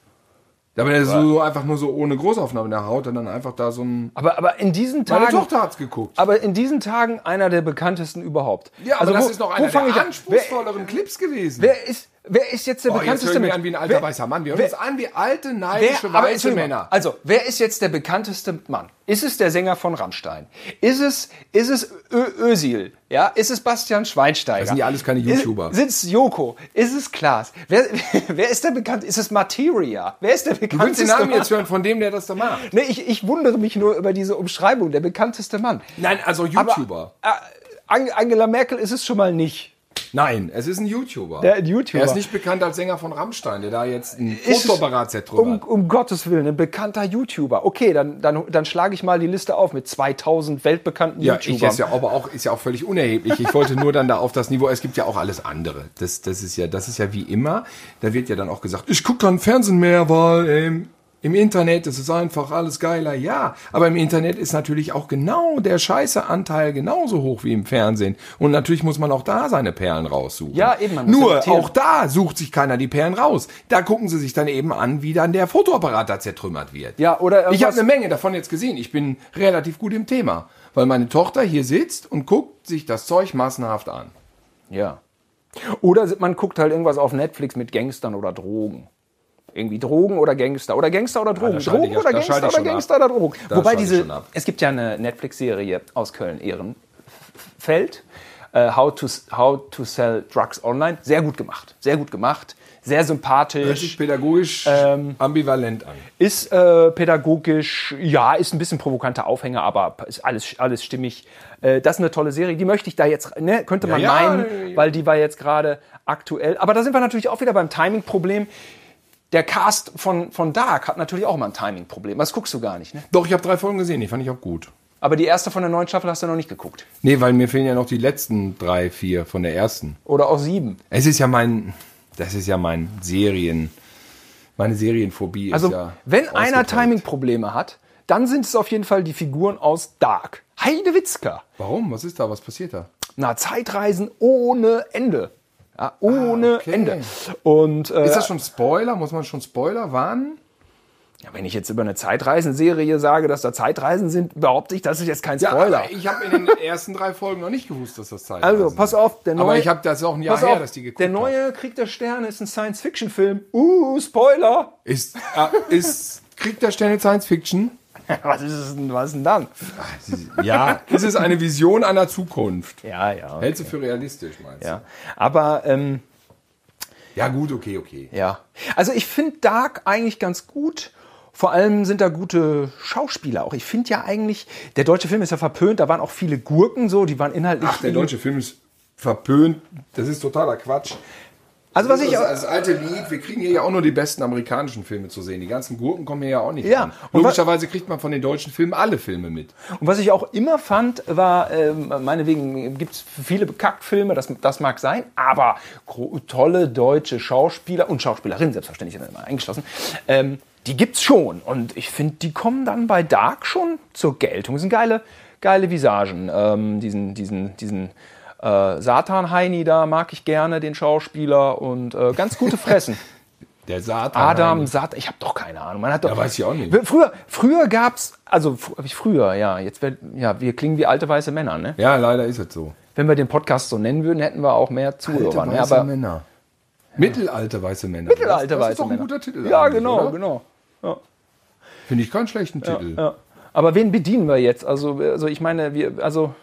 S2: Aber der so einfach nur so ohne Großaufnahme, der haut dann einfach da so ein.
S3: Aber, aber in diesen
S2: Meine
S3: Tagen.
S2: Tochter hat's geguckt.
S3: Aber in diesen Tagen einer der bekanntesten überhaupt.
S2: Ja, aber also das ist noch einer der
S3: fange ich an? Wer,
S2: anspruchsvolleren Clips gewesen.
S3: wer, ist, wer ist jetzt der
S2: Oh, jetzt
S3: bekannteste
S2: hören wir
S3: Mensch?
S2: an wie ein alter
S3: Wer-
S2: weißer Mann. Wir hören
S3: wer-
S2: uns an wie alte,
S3: Wer,
S2: neidische,
S3: aber
S2: weiße
S3: Entschuldigung,
S2: Männer.
S3: Also, wer ist jetzt der bekannteste Mann? Ist es der Sänger von Rammstein? Ist es, ist es Ö Özil? Ja, ist es Bastian Schweinsteiger?
S2: Das sind ja alles keine YouTuber.
S3: Ist, sitzt Joko? Ist es Klaas? Wer, wer ist der bekannt? Ist es Materia? Wer ist der
S2: Du willst
S3: bekannteste
S2: den Namen
S3: Mann?
S2: jetzt hören von dem, der das da macht.
S3: Nee, ich, ich wundere mich nur über diese Umschreibung, der bekannteste Mann.
S2: Nein, also
S3: Aber,
S2: YouTuber.
S3: äh, Ang- Angela Merkel ist es schon mal nicht.
S2: Nein, es ist ein YouTuber.
S3: Der ein YouTuber.
S2: Er ist nicht bekannt als Sänger von Rammstein, der da jetzt ein
S3: Ist es-
S2: Fotoapparat-Set drüber
S3: Um,
S2: hat.
S3: um Gottes Willen, ein bekannter YouTuber. Okay, dann, dann, dann schlage ich mal die Liste auf mit 2000 weltbekannten
S2: Ja, ich
S3: YouTubern.
S2: ist ja aber auch ist ja auch völlig unerheblich. Ich wollte nur dann da auf das Niveau. Es gibt ja auch alles andere. Das das ist ja das ist ja wie immer. Da wird ja dann auch gesagt, ich gucke kein Fernsehen mehr, weil ähm, im Internet ist es einfach alles geiler. Ja, aber im Internet ist natürlich auch genau der scheiße Anteil genauso hoch wie im Fernsehen. Und natürlich muss man auch da seine Perlen raussuchen.
S3: Ja, eben, man muss
S2: Nur
S3: selektieren.
S2: auch da sucht sich keiner die Perlen raus. Da gucken sie sich dann eben an, wie dann der Fotoapparat da zertrümmert wird.
S3: Ja, oder
S2: Ich habe
S3: irgendwas-
S2: eine Menge davon jetzt gesehen. Ich bin relativ gut im Thema, weil meine Tochter hier sitzt und guckt sich das Zeug massenhaft an.
S3: Ja. Oder man guckt halt irgendwas auf Netflix mit Gangstern oder Drogen. Irgendwie Drogen oder Gangster oder Gangster oder Drogen.
S2: schalte
S3: Drogen
S2: ich-
S3: oder
S2: da schalte
S3: Gangster
S2: ich
S3: oder
S2: schon ab.
S3: Gangster oder Drogen.
S2: Da
S3: Wobei
S2: schalte ich
S3: diese,
S2: schon ab.
S3: es gibt ja eine Netflix-Serie aus Köln, Ehrenfeld, äh, How, to, How to Sell Drugs Online. Sehr gut gemacht. Sehr gut gemacht. Sehr
S2: Hört sich
S3: sympathisch.
S2: pädagogisch
S3: Ähm.
S2: ambivalent an.
S3: Ist äh, pädagogisch, ja, ist ein bisschen provokanter Aufhänger, aber ist alles, alles stimmig. Äh, das ist eine tolle Serie, die möchte ich da jetzt, ne, könnte man
S2: ja,
S3: meinen,
S2: ja.
S3: weil die war jetzt gerade aktuell. Aber da sind wir natürlich auch wieder beim Timing-Problem. Der Cast von, von Dark hat natürlich auch mal ein Timing-Problem. Das guckst du gar nicht, ne?
S2: Doch, ich habe drei Folgen gesehen, die fand ich auch gut.
S3: Aber die erste von der neuen Staffel hast du noch nicht geguckt.
S2: Nee, weil mir fehlen ja noch die letzten drei, vier von der ersten.
S3: Oder auch sieben.
S2: Es ist ja mein, das ist ja mein Serien, meine Serienphobie
S3: Also,
S2: ist ja.
S3: wenn einer
S2: ausgeprägt.
S3: Timing-Probleme hat, dann sind es auf jeden Fall die Figuren aus Dark. Heide Witzka.
S2: Warum? Was ist da? Was passiert da?
S3: Na, Zeitreisen ohne Ende. Ja,
S2: Ah,
S3: ohne
S2: okay.
S3: Ende. Und äh,
S2: Ist das schon Spoiler? Muss man schon Spoiler warnen?
S3: ja, wenn ich jetzt über eine Zeitreisenserie sage, dass da Zeitreisen sind, behaupte ich, das ist jetzt kein Spoiler.
S2: aber Ich habe in den ersten drei Folgen noch nicht gewusst, dass das Zeit
S3: also, pass auf, der neue.
S2: Aber ich habe das auch ein Jahr
S3: pass
S2: her,
S3: auf,
S2: dass die geguckt
S3: Der
S2: haben.
S3: neue Krieg der Sterne ist ein Science-Fiction-Film. Uh, Spoiler!
S2: Ist, äh, ist Krieg der Sterne Science Fiction?
S3: was ist es denn, was ist denn dann?
S2: Ja. Ist es eine Vision einer Zukunft?
S3: Ja, ja.
S2: Hältst du für realistisch, meinst du?
S3: ja. Aber, ähm,
S2: Ja, gut, okay, okay.
S3: Ja. Also ich finde Dark eigentlich ganz gut. Vor allem sind da gute Schauspieler auch. Ich finde ja eigentlich, der deutsche Film ist ja verpönt, da waren auch viele Gurken so, die waren inhaltlich.
S2: Ach, der deutsche Film ist verpönt. Das ist totaler Quatsch.
S3: also was ich
S2: das,
S3: auch.
S2: das alte Lied, wir kriegen hier ja auch nur die besten amerikanischen Filme zu sehen. Die ganzen Gurken kommen hier ja auch nicht
S3: Ja,
S2: an.
S3: und wa-
S2: Logischerweise kriegt man von den deutschen Filmen alle Filme mit.
S3: Und was ich auch immer fand, war, ähm, meinetwegen gibt es viele Bekackfilme, das, das mag sein, aber gro- tolle deutsche Schauspieler und Schauspielerinnen, selbstverständlich sind immer eingeschlossen, ähm, die gibt's schon. Und ich finde, die kommen dann bei Dark schon zur Geltung. Das sind geile, geile Visagen. Ähm, diesen, diesen, diesen äh, Satan-Heini da mag ich gerne, den Schauspieler, und äh, ganz gute Fressen.
S2: Der Satan.
S3: Adam Sat, ich habe doch keine Ahnung. Man hat doch,
S2: Ja, weiß ich auch nicht.
S3: Früher, früher gab's, also fr- hab ich früher, ja, jetzt wär, ja, wir klingen wie alte weiße Männer, ne?
S2: Ja, leider ist es so.
S3: Wenn wir den Podcast so nennen würden, hätten wir auch mehr Zuhörer, ne? Aber
S2: Männer. Mittelalte weiße Männer.
S3: alte
S2: das, das ist
S3: weiße
S2: doch ein
S3: Männer.
S2: guter Titel.
S3: Ja,
S2: eigentlich,
S3: genau,
S2: oder?
S3: genau.
S2: Finde ich keinen schlechten Titel.
S3: Ja. Aber wen bedienen wir jetzt? Also, also ich meine, wir also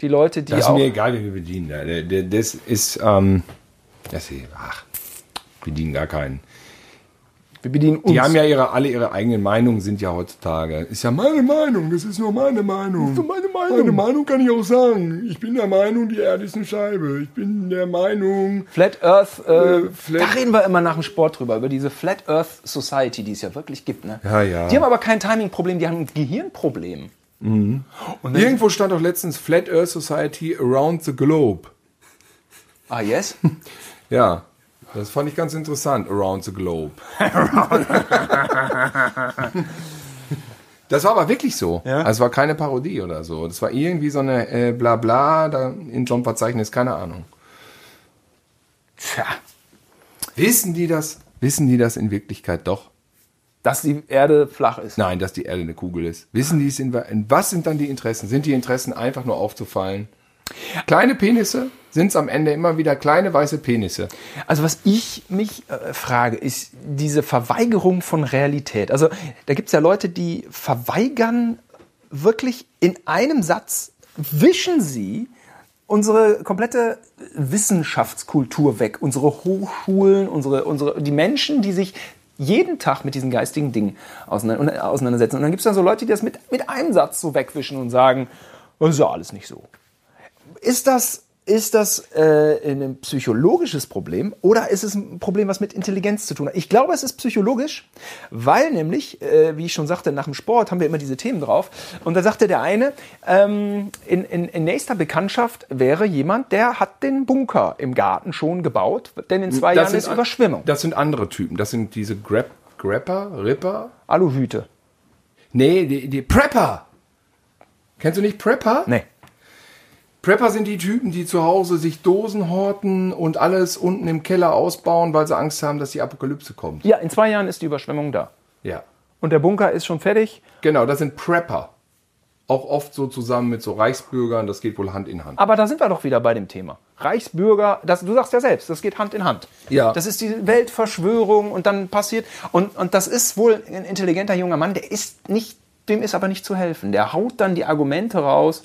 S3: die Leute, die
S2: Das ist
S3: auch
S2: mir egal, wie wir bedienen. Da- da- da- Das ist, ähm, das ist, ach, bedienen gar keinen.
S3: wir bedienen uns.
S2: Die haben ja ihre, alle ihre eigenen Meinungen, sind ja heutzutage. Ist ja meine Meinung, das ist nur meine Meinung.
S3: nur meine Meinung.
S2: Meine Meinung kann ich auch sagen. Ich bin der Meinung, die Erde ist eine Scheibe. Ich bin der Meinung.
S3: Flat Earth, äh,
S2: Äh, Flat-
S3: da reden wir immer nach dem Sport drüber, über diese Flat Earth Society, die es ja wirklich gibt. Ne?
S2: Ja, ja.
S3: Die haben aber kein Timing-Problem, die haben ein Gehirnproblem.
S2: Irgendwo stand doch letztens Flat Earth Society Around the Globe.
S3: Ah, yes?
S2: Ja, das fand ich ganz interessant. Around the Globe. das war aber wirklich so. Ja? Also es war keine Parodie oder so. Das war irgendwie so eine äh, Blabla da in so einem Verzeichnis, keine Ahnung.
S3: Tja.
S2: Wissen die das? Wissen die das in Wirklichkeit doch?
S3: dass die Erde flach ist.
S2: Nein, dass die Erde eine Kugel ist. Wissen die es in, in was sind dann die Interessen? Sind die Interessen einfach nur aufzufallen? Kleine Penisse sind es am Ende immer wieder kleine weiße Penisse.
S3: Also was ich mich äh, frage, ist diese Verweigerung von Realität. Also da gibt es ja Leute, die verweigern wirklich in einem Satz, wischen sie unsere komplette Wissenschaftskultur weg, unsere Hochschulen, unsere, unsere, die Menschen, die sich jeden Tag mit diesen geistigen Dingen auseinander- auseinandersetzen. Und dann gibt es dann so Leute, die das mit, mit einem Satz so wegwischen und sagen, das ist ja alles nicht so. Ist das, ist das äh, ein psychologisches Problem oder ist es ein Problem, was mit Intelligenz zu tun hat? Ich glaube, es ist psychologisch, weil nämlich, äh, wie ich schon sagte, nach dem Sport haben wir immer diese Themen drauf. Und da sagte der eine, ähm, in, in, in nächster Bekanntschaft wäre jemand, der hat den Bunker im Garten schon gebaut, denn in zwei Jahren ist
S2: sind an-
S3: Überschwemmung.
S2: Das sind andere Typen. Das sind diese Grab, Grapper, Ripper.
S3: Aluhüte.
S2: Nee, die, die Prepper. Kennst du nicht Prepper?
S3: Nee.
S2: Prepper sind die Typen, die zu Hause sich Dosen horten und alles unten im Keller ausbauen, weil sie Angst haben, dass die Apokalypse kommt.
S3: Ja, in zwei Jahren ist die Überschwemmung da.
S2: Ja.
S3: Und der Bunker ist schon fertig.
S2: Genau, das sind Prepper. Auch oft so zusammen mit so Reichsbürgern, das geht wohl Hand in Hand.
S3: Aber da sind wir doch wieder bei dem Thema. Reichsbürger, das, du sagst ja selbst, das geht Hand in Hand.
S2: Ja.
S3: Das ist die Weltverschwörung und dann passiert. Und, und das ist wohl ein intelligenter junger Mann, der ist nicht, dem ist aber nicht zu helfen. Der haut dann die Argumente raus.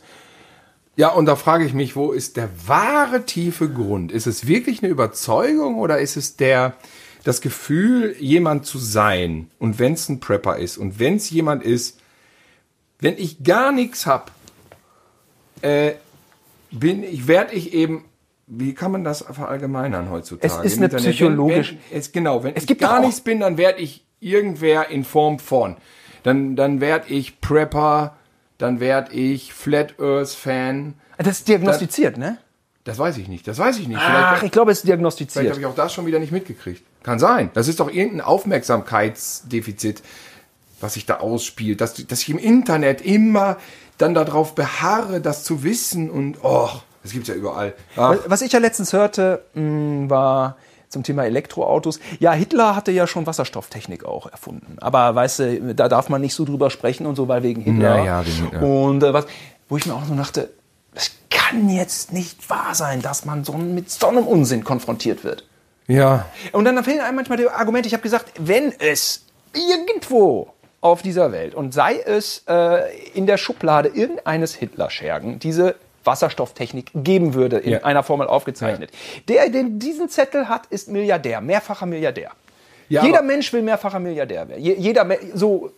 S2: Ja, und da frage ich mich, wo ist der wahre tiefe Grund? Ist es wirklich eine Überzeugung oder ist es der das Gefühl, jemand zu sein? Und wenn es ein Prepper ist und wenn es jemand ist, wenn ich gar nichts hab, äh, bin ich, werde ich eben wie kann man das verallgemeinern heutzutage?
S3: Es ist
S2: Im
S3: eine
S2: Internet? Wenn-
S3: psychologisch-
S2: Wenn, es, genau, wenn ich
S3: gibt
S2: gar
S3: doch auch-
S2: nichts bin, dann werde ich irgendwer in Form von. Dann, dann werde ich Prepper, dann werde ich Flat Earth Fan,
S3: Das ist diagnostiziert, ne?
S2: das weiß ich nicht. Das weiß ich nicht.
S3: Ach,
S2: vielleicht
S3: ich glaube, es ist
S2: vielleicht
S3: diagnostiziert.
S2: habe ich auch das schon wieder nicht mitgekriegt. Kann sein. Das ist doch irgendein Aufmerksamkeitsdefizit, was sich da ausspielt. Dass, dass ich im Internet immer dann darauf beharre, das zu wissen und och, das gibt's ja überall. Ach,
S3: Was- Was ich ja letztens hörte, mh, war zum Thema Elektroautos. Ja, Hitler hatte ja schon Wasserstofftechnik auch erfunden. Aber weißt du, da darf man nicht so drüber sprechen und so, weil wegen Hitler.
S2: Ja, ja, wegen Hitler.
S3: Und äh, was, wo ich mir auch so dachte, das kann jetzt nicht wahr sein, dass man so mit so einem Unsinn konfrontiert wird.
S2: ja.
S3: Und dann fehlen einem manchmal die Argumente. Ich habe gesagt, wenn es irgendwo auf dieser Welt und sei es äh, in der Schublade irgendeines Hitlerschergen diese Wasserstofftechnik geben würde, in
S2: Ja.
S3: einer Formel aufgezeichnet. Der, der diesen Zettel hat, ist Milliardär, mehrfacher Milliardär.
S2: Ja,
S3: jeder
S2: aber-
S3: Mensch will mehrfacher Milliardär werden. Je, jeder, Me- so,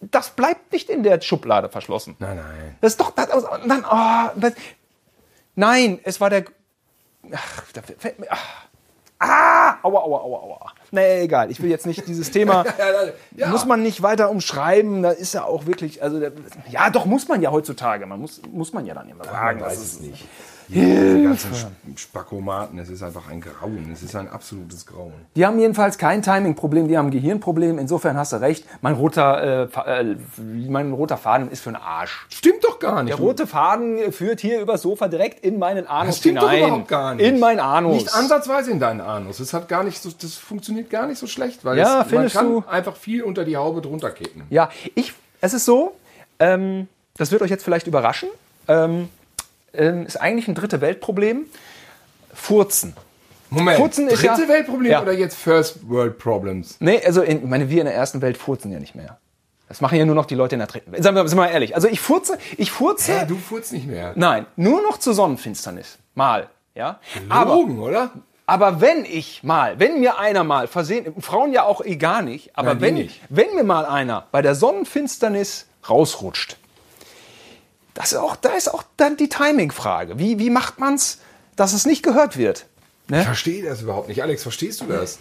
S3: das bleibt nicht in der Schublade verschlossen.
S2: Nein, nein.
S3: Das ist doch. Das, und dann, oh, das, nein, es war der. Ach, da fällt mir. Ach, ah, aua, aua, aua, aua. Nee, egal, ich will jetzt nicht dieses Thema.
S2: Ja.
S3: Muss man nicht weiter umschreiben, da ist ja auch wirklich. Also, da- ja, doch, muss man ja heutzutage. Man muss, muss man ja dann immer sagen.
S2: weiß
S3: das
S2: es nicht. Diese ganzen Sp- Spakomaten, es ist einfach ein Grauen. Es ist ein absolutes Grauen.
S3: Die haben jedenfalls kein Timing-Problem, die haben ein Gehirnproblem. Insofern hast du recht. Mein roter, äh, Fa- äh, mein roter Faden ist für einen Arsch.
S2: Stimmt doch gar nicht.
S3: Der rote Faden führt hier übers Sofa direkt in meinen Anus
S2: Das stimmt doch
S3: hinein.
S2: überhaupt gar nicht.
S3: In meinen Anus.
S2: Nicht ansatzweise in deinen Anus. Es hat gar nicht so, das funktioniert gar nicht so schlecht, weil
S3: Ja,
S2: es,
S3: findest
S2: man kann
S3: du?
S2: einfach viel unter die Haube drunter kippen.
S3: Ja, ich, es ist so, ähm, das wird euch jetzt vielleicht überraschen, ähm, ähm, ist eigentlich ein dritte Weltproblem. Furzen.
S2: Moment.
S3: Furzen ist
S2: dritte
S3: ja-
S2: Weltproblem
S3: Ja.
S2: oder jetzt First World Problems?
S3: Nee, also in, ich meine, wir in der ersten Welt furzen ja nicht mehr. Das machen ja nur noch die Leute in der dritten Welt. Sagen wir sind wir mal ehrlich. Also ich furze, ich furze,
S2: Hä, du furzt nicht mehr.
S3: nein, nur noch zur Sonnenfinsternis. Mal, ja. Aber,
S2: Drogen, oder?
S3: aber wenn ich mal, wenn mir einer mal versehen, Frauen ja auch eh gar nicht, aber
S2: Nein, die
S3: wenn,
S2: nicht.
S3: wenn mir mal einer bei der Sonnenfinsternis rausrutscht, das ist auch, da ist auch dann die Timing-Frage. Wie, wie macht man's, dass es nicht gehört wird? Ne?
S2: Ich verstehe das überhaupt nicht. Alex, verstehst du das?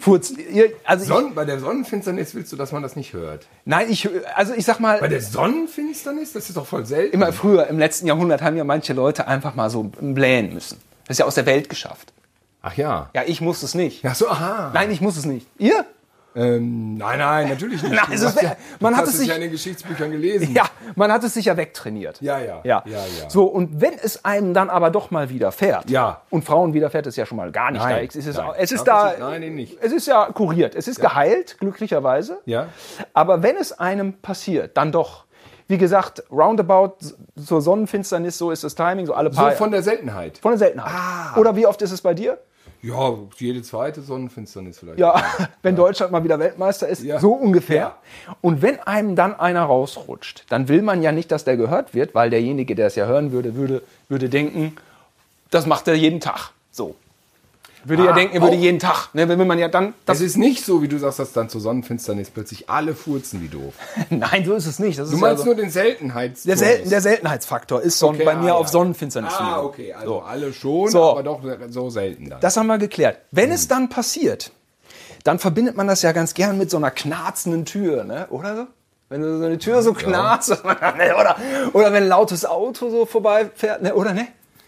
S3: Furz, ihr, also ich,
S2: Sonn, bei der Sonnenfinsternis willst du, dass man das nicht hört.
S3: nein, ich, also ich sag
S2: Bei
S3: mal,
S2: der Sonnenfinsternis? Das ist doch voll selten.
S3: immer früher, im letzten Jahrhundert haben ja manche Leute einfach mal so blähen müssen. Das ist ja aus der Welt geschafft.
S2: Ach ja.
S3: Ja, ich muss es nicht.
S2: Ja, so, aha.
S3: Nein, ich muss es nicht. Ihr?
S2: Ähm, nein, nein, natürlich nicht.
S3: Nein,
S2: Du
S3: es
S2: hast
S3: ist-
S2: ja,
S3: man
S2: du
S3: hat
S2: hast
S3: es
S2: es
S3: sich-
S2: ja in den Geschichtsbüchern gelesen.
S3: Ja, man hat es sich ja wegtrainiert.
S2: Ja, ja.
S3: Ja.
S2: Ja, ja.
S3: So, und wenn es einem dann aber doch mal widerfährt,
S2: Ja.
S3: und Frauen widerfährt es ja schon mal gar nicht,
S2: Nein,
S3: da ist es,
S2: nein.
S3: es ist
S2: Das
S3: da,
S2: ist- nein, nein, nicht.
S3: es ist ja kuriert, es ist geheilt, glücklicherweise.
S2: Ja.
S3: Aber wenn es einem passiert, dann doch. Wie gesagt, roundabout zur Sonnenfinsternis, so ist das Timing, so alle
S2: So
S3: paar
S2: von Ah. der Seltenheit.
S3: von der Seltenheit. Oder wie oft ist es bei dir?
S2: Ja, jede zweite Sonnenfinsternis vielleicht.
S3: Ja, wenn Deutschland mal wieder Weltmeister ist,
S2: Ja.
S3: so ungefähr. Und wenn einem dann einer rausrutscht, dann will man ja nicht, dass der gehört wird, weil derjenige, der es ja hören würde, würde, würde denken, das macht er jeden Tag. So. Würde
S2: Ah,
S3: ja denken, er würde
S2: auch-
S3: jeden Tag. Ne, wenn man ja dann. Das
S2: Es ist nicht so, wie du sagst, dass dann zur Sonnenfinsternis plötzlich alle furzen wie doof.
S3: Nein, so ist es nicht. Das
S2: Du
S3: ist
S2: meinst
S3: also-
S2: nur den Seltenheits.
S3: der, Sel der Seltenheitsfaktor ist Sonnen-
S2: Okay,
S3: bei
S2: ah,
S3: mir
S2: ja,
S3: auf
S2: ja.
S3: Sonnenfinsternis.
S2: Ah,
S3: liegen.
S2: okay, also alle schon,
S3: So.
S2: aber doch so selten dann.
S3: Das haben wir geklärt. Wenn es dann passiert, dann verbindet man das ja ganz gern mit so einer knarzenden Tür, ne? oder so? Wenn so eine Tür so knarzt, ne, oder, oder wenn ein lautes Auto so vorbeifährt, ne? oder ne?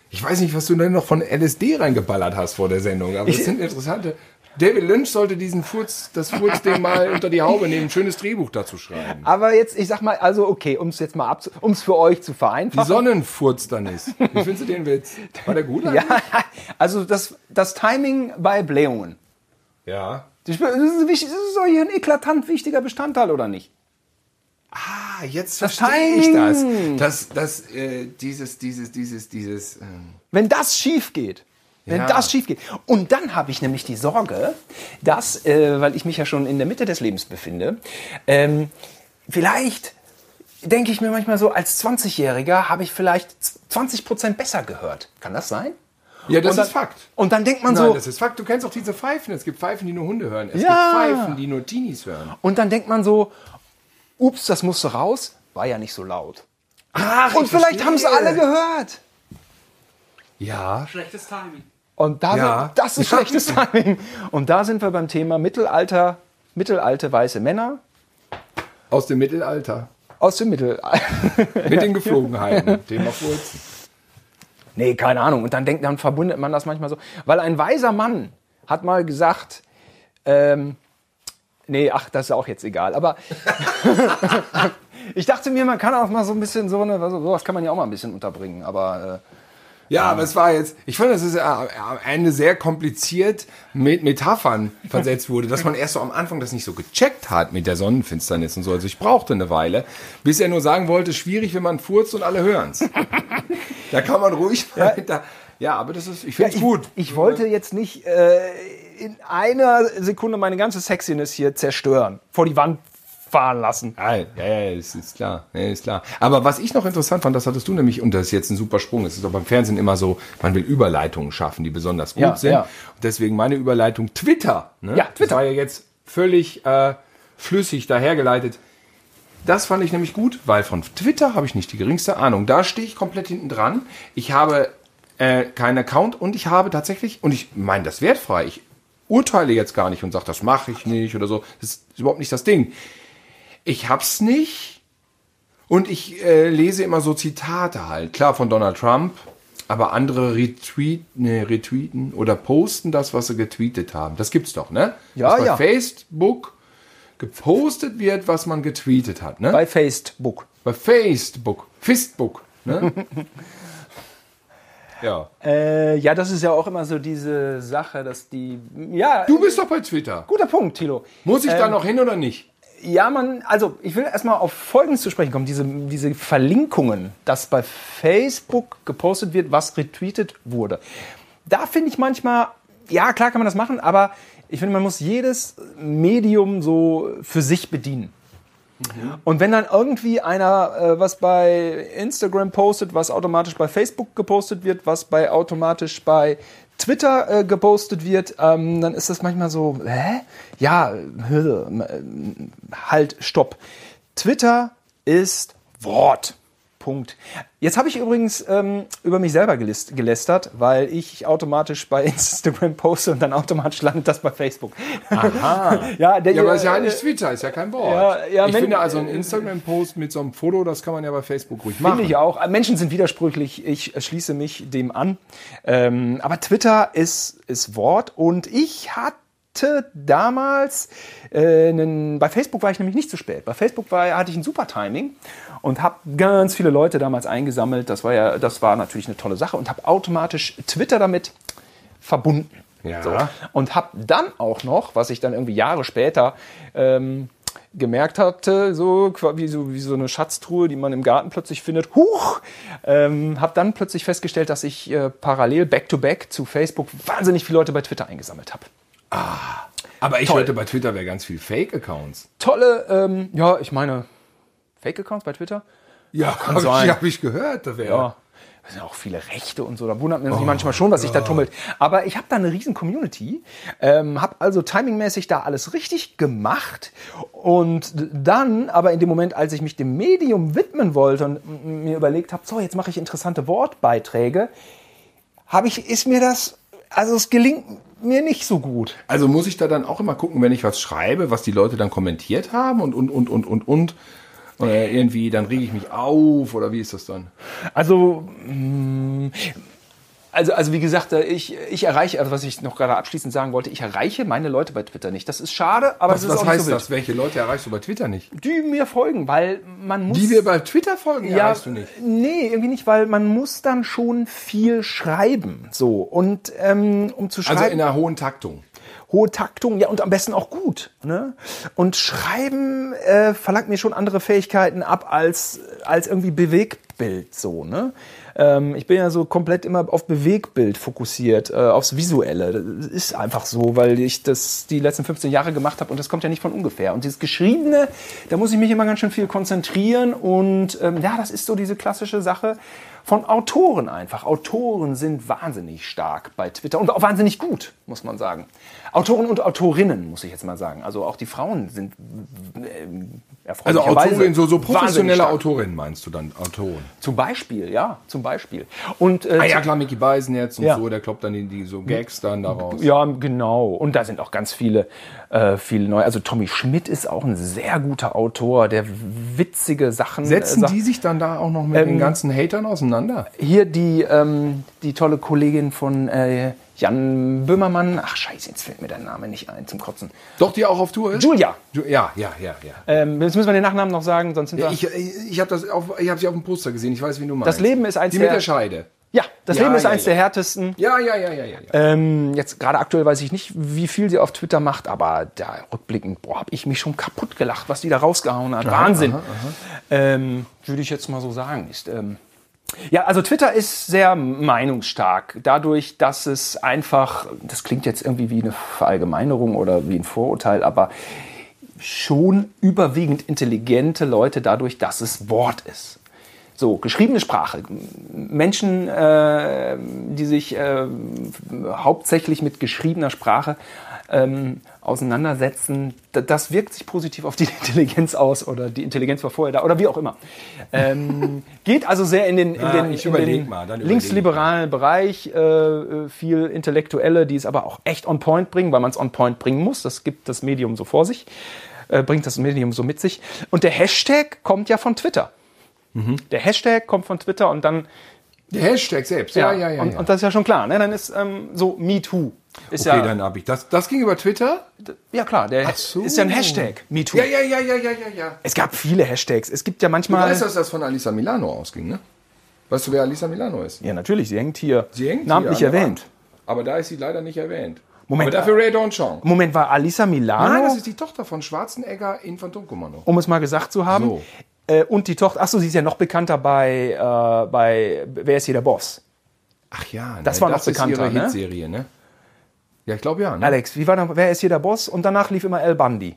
S2: Ich weiß nicht, was du denn noch von LSD reingeballert hast vor der Sendung, aber das sind interessante. David Lynch sollte diesen Furz, das Furzding mal unter die Haube nehmen, ein schönes Drehbuch dazu schreiben.
S3: Aber jetzt, ich sag mal, also okay, um es jetzt mal abzu, um es für euch zu
S2: Die
S3: vereinfachen.
S2: Sonnenfursternis. Wie findest du den Witz? War der gut?
S3: Ja, also das, das Timing bei Blähungen.
S2: ja.
S3: Das ist, wichtig, das ist doch hier ein eklatant wichtiger Bestandteil, oder nicht?
S2: Ah, jetzt
S3: Das
S2: verstehe ich das.
S3: Timing.
S2: Das, das, äh, dieses, dieses, dieses, dieses. Ähm,
S3: Wenn das schief geht. Wenn
S2: Ja.
S3: das schief geht. Und dann habe ich nämlich die Sorge, dass, äh, weil ich mich ja schon in der Mitte des Lebens befinde, ähm, vielleicht denke ich mir manchmal so, als 20-Jähriger habe ich vielleicht 20% besser gehört. Kann das sein?
S2: ja, das
S3: und dann,
S2: ist Fakt.
S3: Und dann denkt man
S2: Nein,
S3: so,
S2: das ist Fakt. Du kennst auch diese Pfeifen. Es gibt Pfeifen, die nur Hunde hören. Es
S3: Ja.
S2: gibt Pfeifen, die nur Teenies hören.
S3: und dann denkt man so, ups, das musste raus, war ja nicht so laut.
S2: Ach,
S3: Und vielleicht haben es alle gehört.
S2: Ja.
S4: Schlechtes Timing.
S3: Und da
S2: Ja.
S3: sind, das ist schlechtes Timing. Und da sind wir beim Thema Mittelalter, mittelalte weiße Männer
S2: Aus dem Mittelalter.
S3: aus dem Mittelalter.
S2: Mit den Geflogenheiten. Thema Furzen.
S3: Nee, keine Ahnung. Und dann denkt, dann verbundet man das manchmal so. Weil ein weiser Mann hat mal gesagt, ähm, nee, ach, das ist auch jetzt egal. Aber ich dachte mir, man kann auch mal so ein bisschen so eine, so- sowas kann man ja auch mal ein bisschen unterbringen. Aber
S2: Ja, aber es war jetzt, ich fand, dass es äh, am Ende sehr kompliziert mit Metaphern versetzt wurde, dass man erst so am Anfang das nicht so gecheckt hat mit der Sonnenfinsternis und so. Also ich brauchte eine Weile, bis er nur sagen wollte, schwierig, wenn man furzt und alle hören's. da kann man ruhig ja. weiter. Ja, aber das ist, ich
S3: äh,
S2: finde es gut.
S3: Ich, ich wollte jetzt nicht äh, in einer Sekunde meine ganze Sexiness hier zerstören, vor die Wand fahren lassen.
S2: Ah, Ja, ja, ja, ist, ist klar. Ja, ist klar. Aber was ich noch interessant fand, das hattest du nämlich, und das ist jetzt ein super Sprung, es ist doch beim Fernsehen immer so, man will Überleitungen schaffen, die besonders gut
S3: Ja,
S2: sind.
S3: ja.
S2: Und deswegen meine Überleitung Twitter. Ne?
S3: Ja, Twitter.
S2: Das war ja jetzt völlig äh, flüssig dahergeleitet. Das fand ich nämlich gut, weil von Twitter habe ich nicht die geringste Ahnung. Da stehe ich komplett hinten dran. Ich habe äh, keinen Account und ich habe tatsächlich, und ich meine das wertfrei, ich urteile jetzt gar nicht und sage, das mache ich nicht oder so. Das ist überhaupt nicht das Ding. Ich hab's nicht. Und ich äh, lese immer so Zitate halt. Klar von Donald Trump, aber andere retweet, nee, retweeten oder posten das, was sie getweetet haben. Das gibt's doch, ne?
S3: Ja,
S2: Dass bei
S3: ja.
S2: Facebook gepostet wird, was man getweetet hat, ne?
S3: Bei Facebook.
S2: Bei Facebook, Fistbook, ne? ja.
S3: Äh, ja, das ist ja auch immer so diese Sache, dass die. Ja,
S2: Du bist doch bei Twitter.
S3: guter Punkt, Thilo.
S2: Muss ich
S3: Ähm,
S2: da noch hin oder nicht?
S3: Ja, man, also ich will erstmal auf Folgendes zu sprechen kommen, diese, diese Verlinkungen, dass bei Facebook gepostet wird, was retweetet wurde. Da finde ich manchmal, ja klar kann man das machen, aber ich finde, man muss jedes Medium so für sich bedienen. Und wenn dann irgendwie einer äh, was bei Instagram postet, was automatisch bei Facebook gepostet wird, was bei automatisch bei Twitter äh, gepostet wird, ähm, dann ist das manchmal so, hä? Ja, Hürde, ähm, halt, stopp. Twitter ist Wort. Punkt. Jetzt habe ich übrigens ähm, über mich selber gelist, gelästert, weil ich automatisch bei Instagram poste und dann automatisch landet das bei Facebook. Aha. ja, der,
S2: Ja, aber ist ja
S3: äh,
S2: nicht Twitter, ist ja kein Wort.
S3: Ja, ja,
S2: ich
S3: wenn-
S2: finde also einen Instagram-Post mit so einem Foto, das kann man ja bei Facebook ruhig machen.
S3: Finde ich auch. Ah, Menschen sind widersprüchlich. Ich äh, schließe mich dem an. Ähm, aber Twitter ist, ist Wort und ich hatte hatte damals äh, einen, bei Facebook war ich nämlich nicht zu spät. Bei Facebook war, hatte ich ein super Timing und habe ganz viele Leute damals eingesammelt. Das war ja, das war natürlich eine tolle Sache und habe automatisch Twitter damit verbunden.
S2: Ja.
S3: So. Und habe dann auch noch, was ich dann irgendwie Jahre später ähm, gemerkt hatte, so qua- wie, so wie so eine Schatztruhe, die man im Garten plötzlich findet, huch, ähm, habe dann plötzlich festgestellt, dass ich äh, parallel back-to-back zu Facebook wahnsinnig viele Leute bei Twitter eingesammelt habe.
S2: Aber ich
S3: Toll.
S2: hörte bei Twitter wäre ganz viel Fake-Accounts.
S3: Tolle, ähm, ja, ich meine, Fake-Accounts bei Twitter?
S2: Ja, kann
S3: sein.
S2: Hab ich gehört. Da wär,
S3: Ja. Das sind auch viele Rechte und so. Da wundert man sich manchmal schon, was sich da tummelt. Aber ich habe da eine riesen Community, ähm, habe also timingmäßig da alles richtig gemacht. Und d- dann, aber in dem Moment, als ich mich dem Medium widmen wollte und m- mir überlegt habe, so, jetzt mache ich interessante Wortbeiträge, habe ich, ist mir das, also es gelingt mir nicht so gut.
S2: Also muss ich da dann auch immer gucken, wenn ich was schreibe, was die Leute dann kommentiert haben und, und, und, und, und, und. Oder irgendwie, dann rege ich mich auf oder wie ist das dann?
S3: Also, mm, also, also wie gesagt, äh, ich, ich erreiche, also was ich noch gerade abschließend sagen wollte, ich erreiche meine Leute bei Twitter nicht. Das ist schade, aber es
S2: Was,
S3: ist
S2: was
S3: auch
S2: heißt
S3: nicht
S2: das? Welche Leute erreichst du bei Twitter nicht?
S3: wild. Die mir folgen, weil man muss.
S2: Die wir bei Twitter folgen,
S3: ja,
S2: erreichst du nicht.
S3: Nee, irgendwie nicht, weil man muss dann schon viel schreiben. So. Und ähm, um zu schreiben.
S2: Also in einer hohen Taktung.
S3: hohe Taktung, ja und am besten auch gut. Ne? Und Schreiben äh, verlangt mir schon andere Fähigkeiten ab als, als irgendwie Bewegbild so. Ne? Ähm, ich bin ja so komplett immer auf Bewegbild fokussiert, äh, aufs Visuelle. Das ist einfach so, weil ich das die letzten 15 Jahre gemacht habe und das kommt ja nicht von ungefähr. Und dieses Geschriebene, da muss ich mich immer ganz schön viel konzentrieren und ähm, ja, das ist so diese klassische Sache von Autoren einfach. Autoren sind wahnsinnig stark bei Twitter und auch wahnsinnig gut, muss man sagen. Autoren und Autorinnen, muss ich jetzt mal sagen. Also auch die Frauen sind ähm,
S2: Also
S3: erfreulicherweise
S2: Autorin, so, so
S3: wahnsinnig
S2: professionelle
S3: stark.
S2: Autorin meinst du dann, Autoren.
S3: Zum Beispiel, ja, zum Beispiel. Und äh,
S2: Ah ja, klar, Mickey Beisenherz und
S3: Ja.
S2: so, der kloppt dann die, die so Gags dann daraus.
S3: Ja, genau. Und da sind auch ganz viele, äh, viele neue. Also Tommy Schmidt ist auch ein sehr guter Autor, der witzige Sachen. äh,
S2: Setzen
S3: sagt.
S2: die sich dann da auch noch mit den ganzen Hatern auseinander?
S3: Hier die, ähm, die tolle Kollegin von äh, Jan Böhmermann. Ach scheiße, jetzt fällt mir der Name nicht ein zum Kotzen.
S2: Doch, die auch auf Tour ist?
S3: Julia.
S2: Ju- Ja, ja, ja, ja.
S3: Ähm, jetzt müssen wir den Nachnamen noch sagen, sonst sind wir.
S2: Ich, ich habe das auf, ich hab sie auf dem Poster gesehen, ich weiß, wie du meinst.
S3: Das Leben ist eins
S2: Die mit
S3: der-
S2: der Scheide.
S3: ja, das
S2: Ja,
S3: Leben ist
S2: ja,
S3: eins
S2: ja.
S3: der härtesten.
S2: Ja, ja, ja, ja, ja. ja.
S3: Ähm, jetzt gerade aktuell weiß ich nicht, wie viel sie auf Twitter macht, aber da rückblickend, boah, habe ich mich schon kaputt gelacht, was die da rausgehauen hat. Wahnsinn. Ähm, Würde ich jetzt mal so sagen. Ist, ähm, ja, also Twitter ist sehr meinungsstark. Dadurch, dass es einfach, das klingt jetzt irgendwie wie eine Verallgemeinerung oder wie ein Vorurteil, aber schon überwiegend intelligente Leute dadurch, dass es Wort ist. So, geschriebene Sprache. Menschen, äh, die sich äh, hauptsächlich mit geschriebener Sprache ähm, auseinandersetzen, da, das wirkt sich positiv auf die Intelligenz aus oder die Intelligenz war vorher da oder wie auch immer. Ähm, geht also sehr in den, in
S2: Ah,
S3: den,
S2: ich
S3: in
S2: überleg
S3: den
S2: mal, dann überleg
S3: linksliberalen Bereich, äh, äh, viel Intellektuelle, die es aber auch echt on point bringen, weil man es on point bringen muss. Das gibt das Medium so vor sich, äh, bringt das Medium so mit sich. Und der Hashtag kommt ja von Twitter.
S2: Mhm.
S3: Der Hashtag kommt von Twitter und dann
S2: Der Hashtag selbst, ja, ja, ja. ja,
S3: und, und das ist ja schon klar, ne? Dann ist ähm, so MeToo. Ist
S2: okay,
S3: ja,
S2: dann habe ich das. Das ging über Twitter?
S3: ja klar, der
S2: so.
S3: ist ja ein Hashtag, MeToo. Äh.
S2: Ja, ja, ja, ja, ja, ja, ja.
S3: Es gab viele Hashtags. Es gibt ja
S2: Du
S3: manchmal.
S2: weißt, dass das von Alisa Milano ausging, ne? Weißt du, wer Alisa Milano ist?
S3: ja, natürlich, sie hängt hier
S2: Sie hängt
S3: namentlich
S2: hier an der
S3: erwähnt.
S2: Wand. Aber da ist sie leider nicht erwähnt.
S3: Moment.
S2: Aber dafür Ray Donchong.
S3: Moment, war Alisa Milano,
S2: Nein, das ist die Tochter von Schwarzenegger Infantokommando.
S3: um es mal gesagt zu haben.
S2: So.
S3: Äh, und die Tochter, achso, sie ist ja noch bekannter bei, äh, bei Wer ist hier der Boss?
S2: Ach ja,
S3: Das war noch
S2: ist
S3: bekannter,
S2: ihre
S3: ne?
S2: Hitserie, ne? Ja, ich glaube ja. Ne?
S3: Alex, wie war da, Wer ist hier der Boss? Und danach lief immer El Bundy.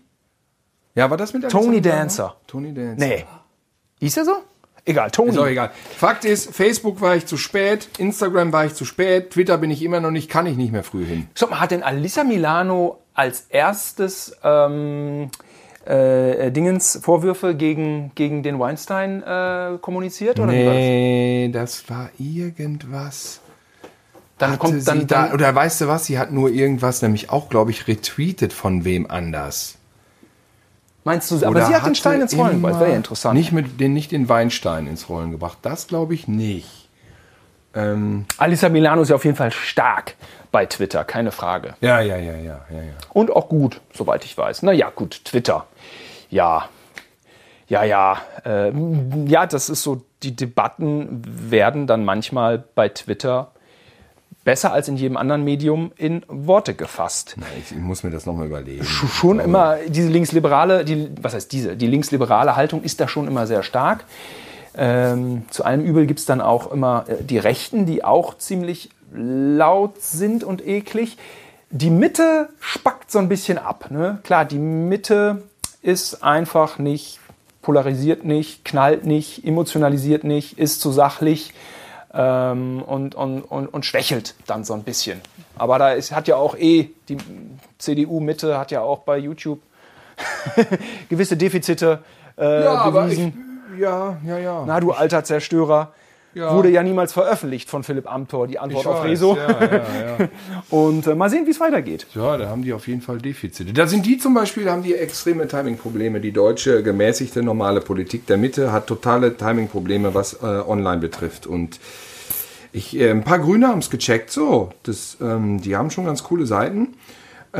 S2: Ja, war das mit
S3: Tony
S2: Alisa Milano?
S3: Dancer.
S2: Tony Dancer.
S3: Nee. Hieß er so? Egal, Tony.
S2: Ist auch egal. Fakt ist, Facebook war ich zu spät, Instagram war ich zu spät, Twitter bin ich immer noch nicht, kann ich nicht mehr früh hin.
S3: Stopp mal, hat denn Alissa Milano als erstes ähm, äh, äh, Dingens Vorwürfe gegen, gegen den Weinstein äh, kommuniziert? Oder wie war das?
S2: Nee, das war irgendwas.
S3: Dann
S2: Hatte
S3: kommt dann,
S2: sie da,
S3: dann
S2: oder weißt du was, sie hat nur irgendwas nämlich auch, glaube ich, retweetet von wem anders.
S3: meinst du, aber
S2: Oder
S3: sie hat den
S2: hatte
S3: Stein ins Rollen gebracht.
S2: immer
S3: Wäre ja interessant.
S2: Nicht, mit, den, nicht den Weinstein ins Rollen gebracht, das glaube ich nicht. Ähm,
S3: Alissa Milano ist ja auf jeden Fall stark bei Twitter, keine Frage.
S2: ja, ja, ja, ja, ja, ja.
S3: Und auch gut, soweit ich weiß. Na ja, gut, Twitter. Ja. Ja, ja. Äh, ja, das ist so, die Debatten werden dann manchmal bei Twitter besser als in jedem anderen Medium in Worte gefasst.
S2: Ich, ich muss mir das nochmal überlegen. Also,
S3: Schon immer diese linksliberale, die, was heißt diese, die linksliberale Haltung ist da schon immer sehr stark. Ähm, zu allem Übel gibt es dann auch immer äh, die Rechten, die auch ziemlich laut sind und eklig. Die Mitte spackt so ein bisschen ab. Ne? Klar, die Mitte ist einfach nicht, polarisiert nicht, knallt nicht, emotionalisiert nicht, ist zu sachlich ähm, und, und, und, und schwächelt dann so ein bisschen. Aber da ist, hat ja auch eh, die CDU-Mitte hat ja auch bei YouTube gewisse Defizite äh,
S2: Ja, aber ich,
S3: bewiesen.
S2: ja, ja, ja.
S3: Na, du alter Zerstörer.
S2: Ja.
S3: Wurde ja niemals veröffentlicht von Philipp Amthor, die Antwort
S2: Ich
S3: auf
S2: weiß,
S3: Rezo.
S2: Ja, ja, ja.
S3: Und äh, mal sehen, wie es weitergeht.
S2: ja, da haben die auf jeden Fall Defizite. Da sind die zum Beispiel, da haben die extreme Timing-Probleme. Die deutsche gemäßigte normale Politik der Mitte hat totale Timing-Probleme, was äh, online betrifft. Und ich, äh, ein paar Grüne haben es gecheckt, so. Das, ähm, die haben schon ganz coole Seiten.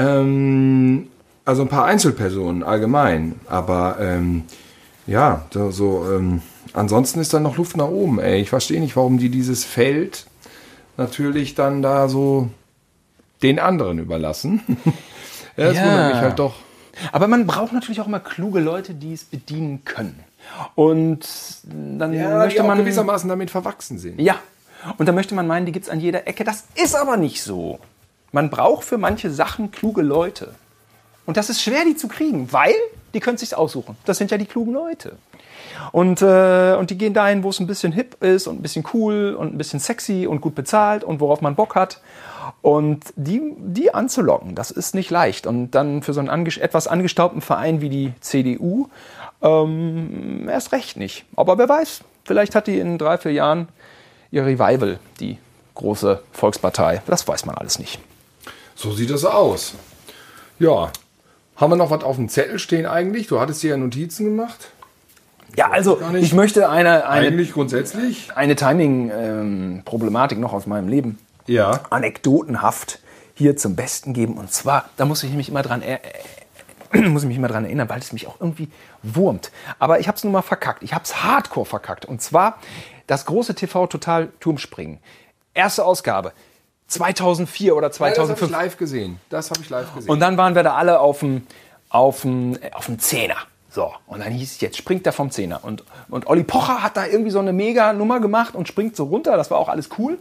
S2: Ähm, also ein paar Einzelpersonen allgemein. Aber ähm, ja, da, so. Ähm, ansonsten ist da noch Luft nach oben. Ey, ich verstehe nicht, warum die dieses Feld natürlich dann da so den anderen überlassen. ja, das
S3: Ja.
S2: wundert mich halt doch.
S3: Aber man braucht natürlich auch immer kluge Leute, die es bedienen können. Und dann möchte man.
S2: gewissermaßen damit verwachsen sind.
S3: Ja. Und dann möchte man meinen, die gibt es an jeder Ecke. Das ist aber nicht so. Man braucht für manche Sachen kluge Leute. Und das ist schwer, die zu kriegen, weil die können sich aussuchen. Das sind ja die klugen Leute. Und, äh, und die gehen dahin, wo es ein bisschen hip ist und ein bisschen cool und ein bisschen sexy und gut bezahlt und worauf man Bock hat. Und die, die anzulocken, das ist nicht leicht. Und dann für so einen ange etwas angestaubten Verein wie die CDU ähm, erst recht nicht. Aber wer weiß, vielleicht hat die in drei, vier Jahren ihr Revival, die große Volkspartei. Das weiß man alles nicht.
S2: So sieht das aus. Ja. Haben wir noch was auf dem Zettel stehen eigentlich? Du hattest dir ja Notizen gemacht.
S3: Ja, also
S2: gar nicht.
S3: ich möchte eine, eine,
S2: Eigentlich grundsätzlich.
S3: eine Timing-Problematik noch aus meinem Leben
S2: Ja.
S3: anekdotenhaft hier zum Besten geben. Und zwar, da muss ich mich immer dran, er äh, muss ich mich immer dran erinnern, weil es mich auch irgendwie wurmt. Aber ich habe es nun mal verkackt. Ich habe es hardcore verkackt. Und zwar das große TV-Total-Turmspringen. Erste Ausgabe 2004 oder
S2: Das habe
S3: 2005.
S2: ich live gesehen. Das habe ich live gesehen.
S3: Und dann waren wir da alle auf dem, auf dem, äh, auf dem Zehner. So, und dann hieß es, jetzt springt er vom Zehner. Und, und Olli Pocher hat da irgendwie so eine mega Nummer gemacht und springt so runter. Das war auch alles cool.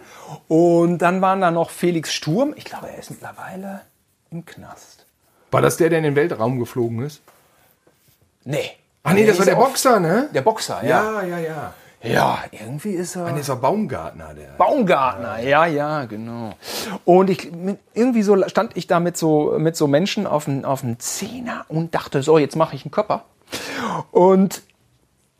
S3: Und dann waren da noch Felix Sturm. Ich glaube, er ist mittlerweile im Knast.
S2: war das der, der in den Weltraum geflogen ist?
S3: Nee.
S2: Ah nee, das war
S3: ist
S2: der
S3: auf-
S2: Boxer, ne?
S3: Der Boxer, ja.
S2: ja, ja.
S3: Ja, irgendwie ist er.
S2: Dieser Baumgartner, der.
S3: Baumgartner, ja, ja, genau. Und ich, mit- irgendwie so stand ich da mit so, mit so Menschen auf dem, auf dem Zehner und dachte, so, jetzt mache ich einen Körper. Und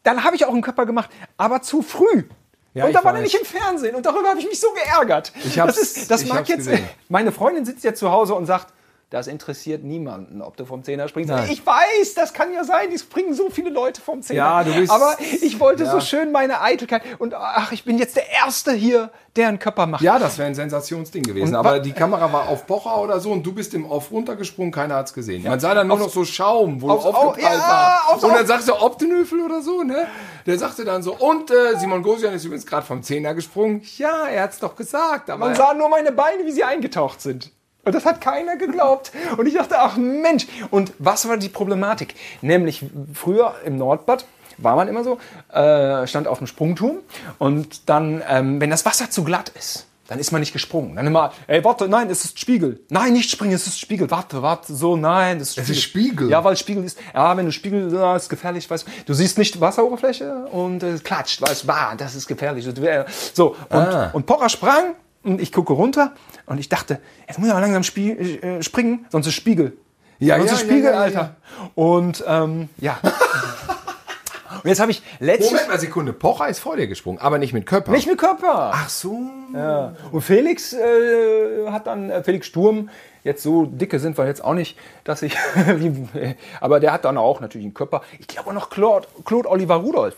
S3: dann habe ich auch einen Körper gemacht, aber zu früh.
S2: Ja,
S3: und da
S2: ich
S3: war er
S2: weiß.
S3: nicht im Fernsehen und darüber habe ich mich so geärgert.
S2: Ich hab's-
S3: das ist, das
S2: ich
S3: mag
S2: hab's
S3: jetzt,
S2: gesehen.
S3: meine Freundin sitzt ja zu Hause und sagt, das interessiert niemanden, ob du vom Zehner springst.
S2: Nein.
S3: Ich weiß, das kann ja sein, die springen so viele Leute vom Zehner.
S2: Ja, du bist-
S3: aber ich wollte
S2: ja.
S3: so schön meine Eitelkeit und ach, ich bin jetzt der Erste hier, der einen Körper macht.
S2: Ja, das wäre ein Sensationsding gewesen.
S3: Und wa-
S2: aber die Kamera war auf Pocher oder so und du bist im Off runtergesprungen, keiner hat's gesehen. Man sah dann nur noch so Schaum, wo
S3: aufs
S2: du
S3: Au-
S2: aufgeteilt
S3: ja, aufs
S2: warst. Und
S3: Au-
S2: dann sagst du Optenhöfel oder so, ne? Der sagte dann so, und äh, Simon Gosian ist übrigens gerade vom Zehner gesprungen. Ja, er hat's doch gesagt, aber
S3: Man sah nur meine Beine, wie sie eingetaucht sind. Und das hat keiner geglaubt. Und ich dachte, ach Mensch. Und was war die Problematik? Nämlich früher im Nordbad war man immer so, äh, stand auf dem Sprungturm und dann, ähm, wenn das Wasser zu glatt ist, dann ist man nicht gesprungen. Dann immer, ey, warte, nein, es ist Spiegel. Nein, nicht springen, es ist Spiegel. Warte, warte, so, nein, es ist Spiegel.
S2: ist Spiegel.
S3: Ja, weil Spiegel ist, ja, wenn du Spiegel, ja, ist gefährlich, weißt du. Du siehst nicht Wasseroberfläche und es klatscht, weißt du, bah, das ist gefährlich. Und, äh, So, und,
S2: Ah.
S3: und Pocher sprang und ich gucke runter und ich dachte, jetzt muss ich aber langsam spie äh, springen, sonst ist Spiegel.
S2: Ja,
S3: sonst
S2: ja,
S3: ist
S2: ja,
S3: Spiegel,
S2: ja, ja,
S3: Alter. Und, ähm, ja. und jetzt habe ich letztes...
S2: Moment mal Sekunde, Pocher ist vor dir gesprungen, aber nicht mit Körper.
S3: Nicht mit Körper.
S2: Ach so.
S3: Ja. Und Felix äh, hat dann, äh, Felix Sturm, jetzt so dicke sind wir jetzt auch nicht, dass ich, äh, wie, aber der hat dann auch natürlich einen Körper. Ich glaube auch noch Claude, Claude Oliver Rudolph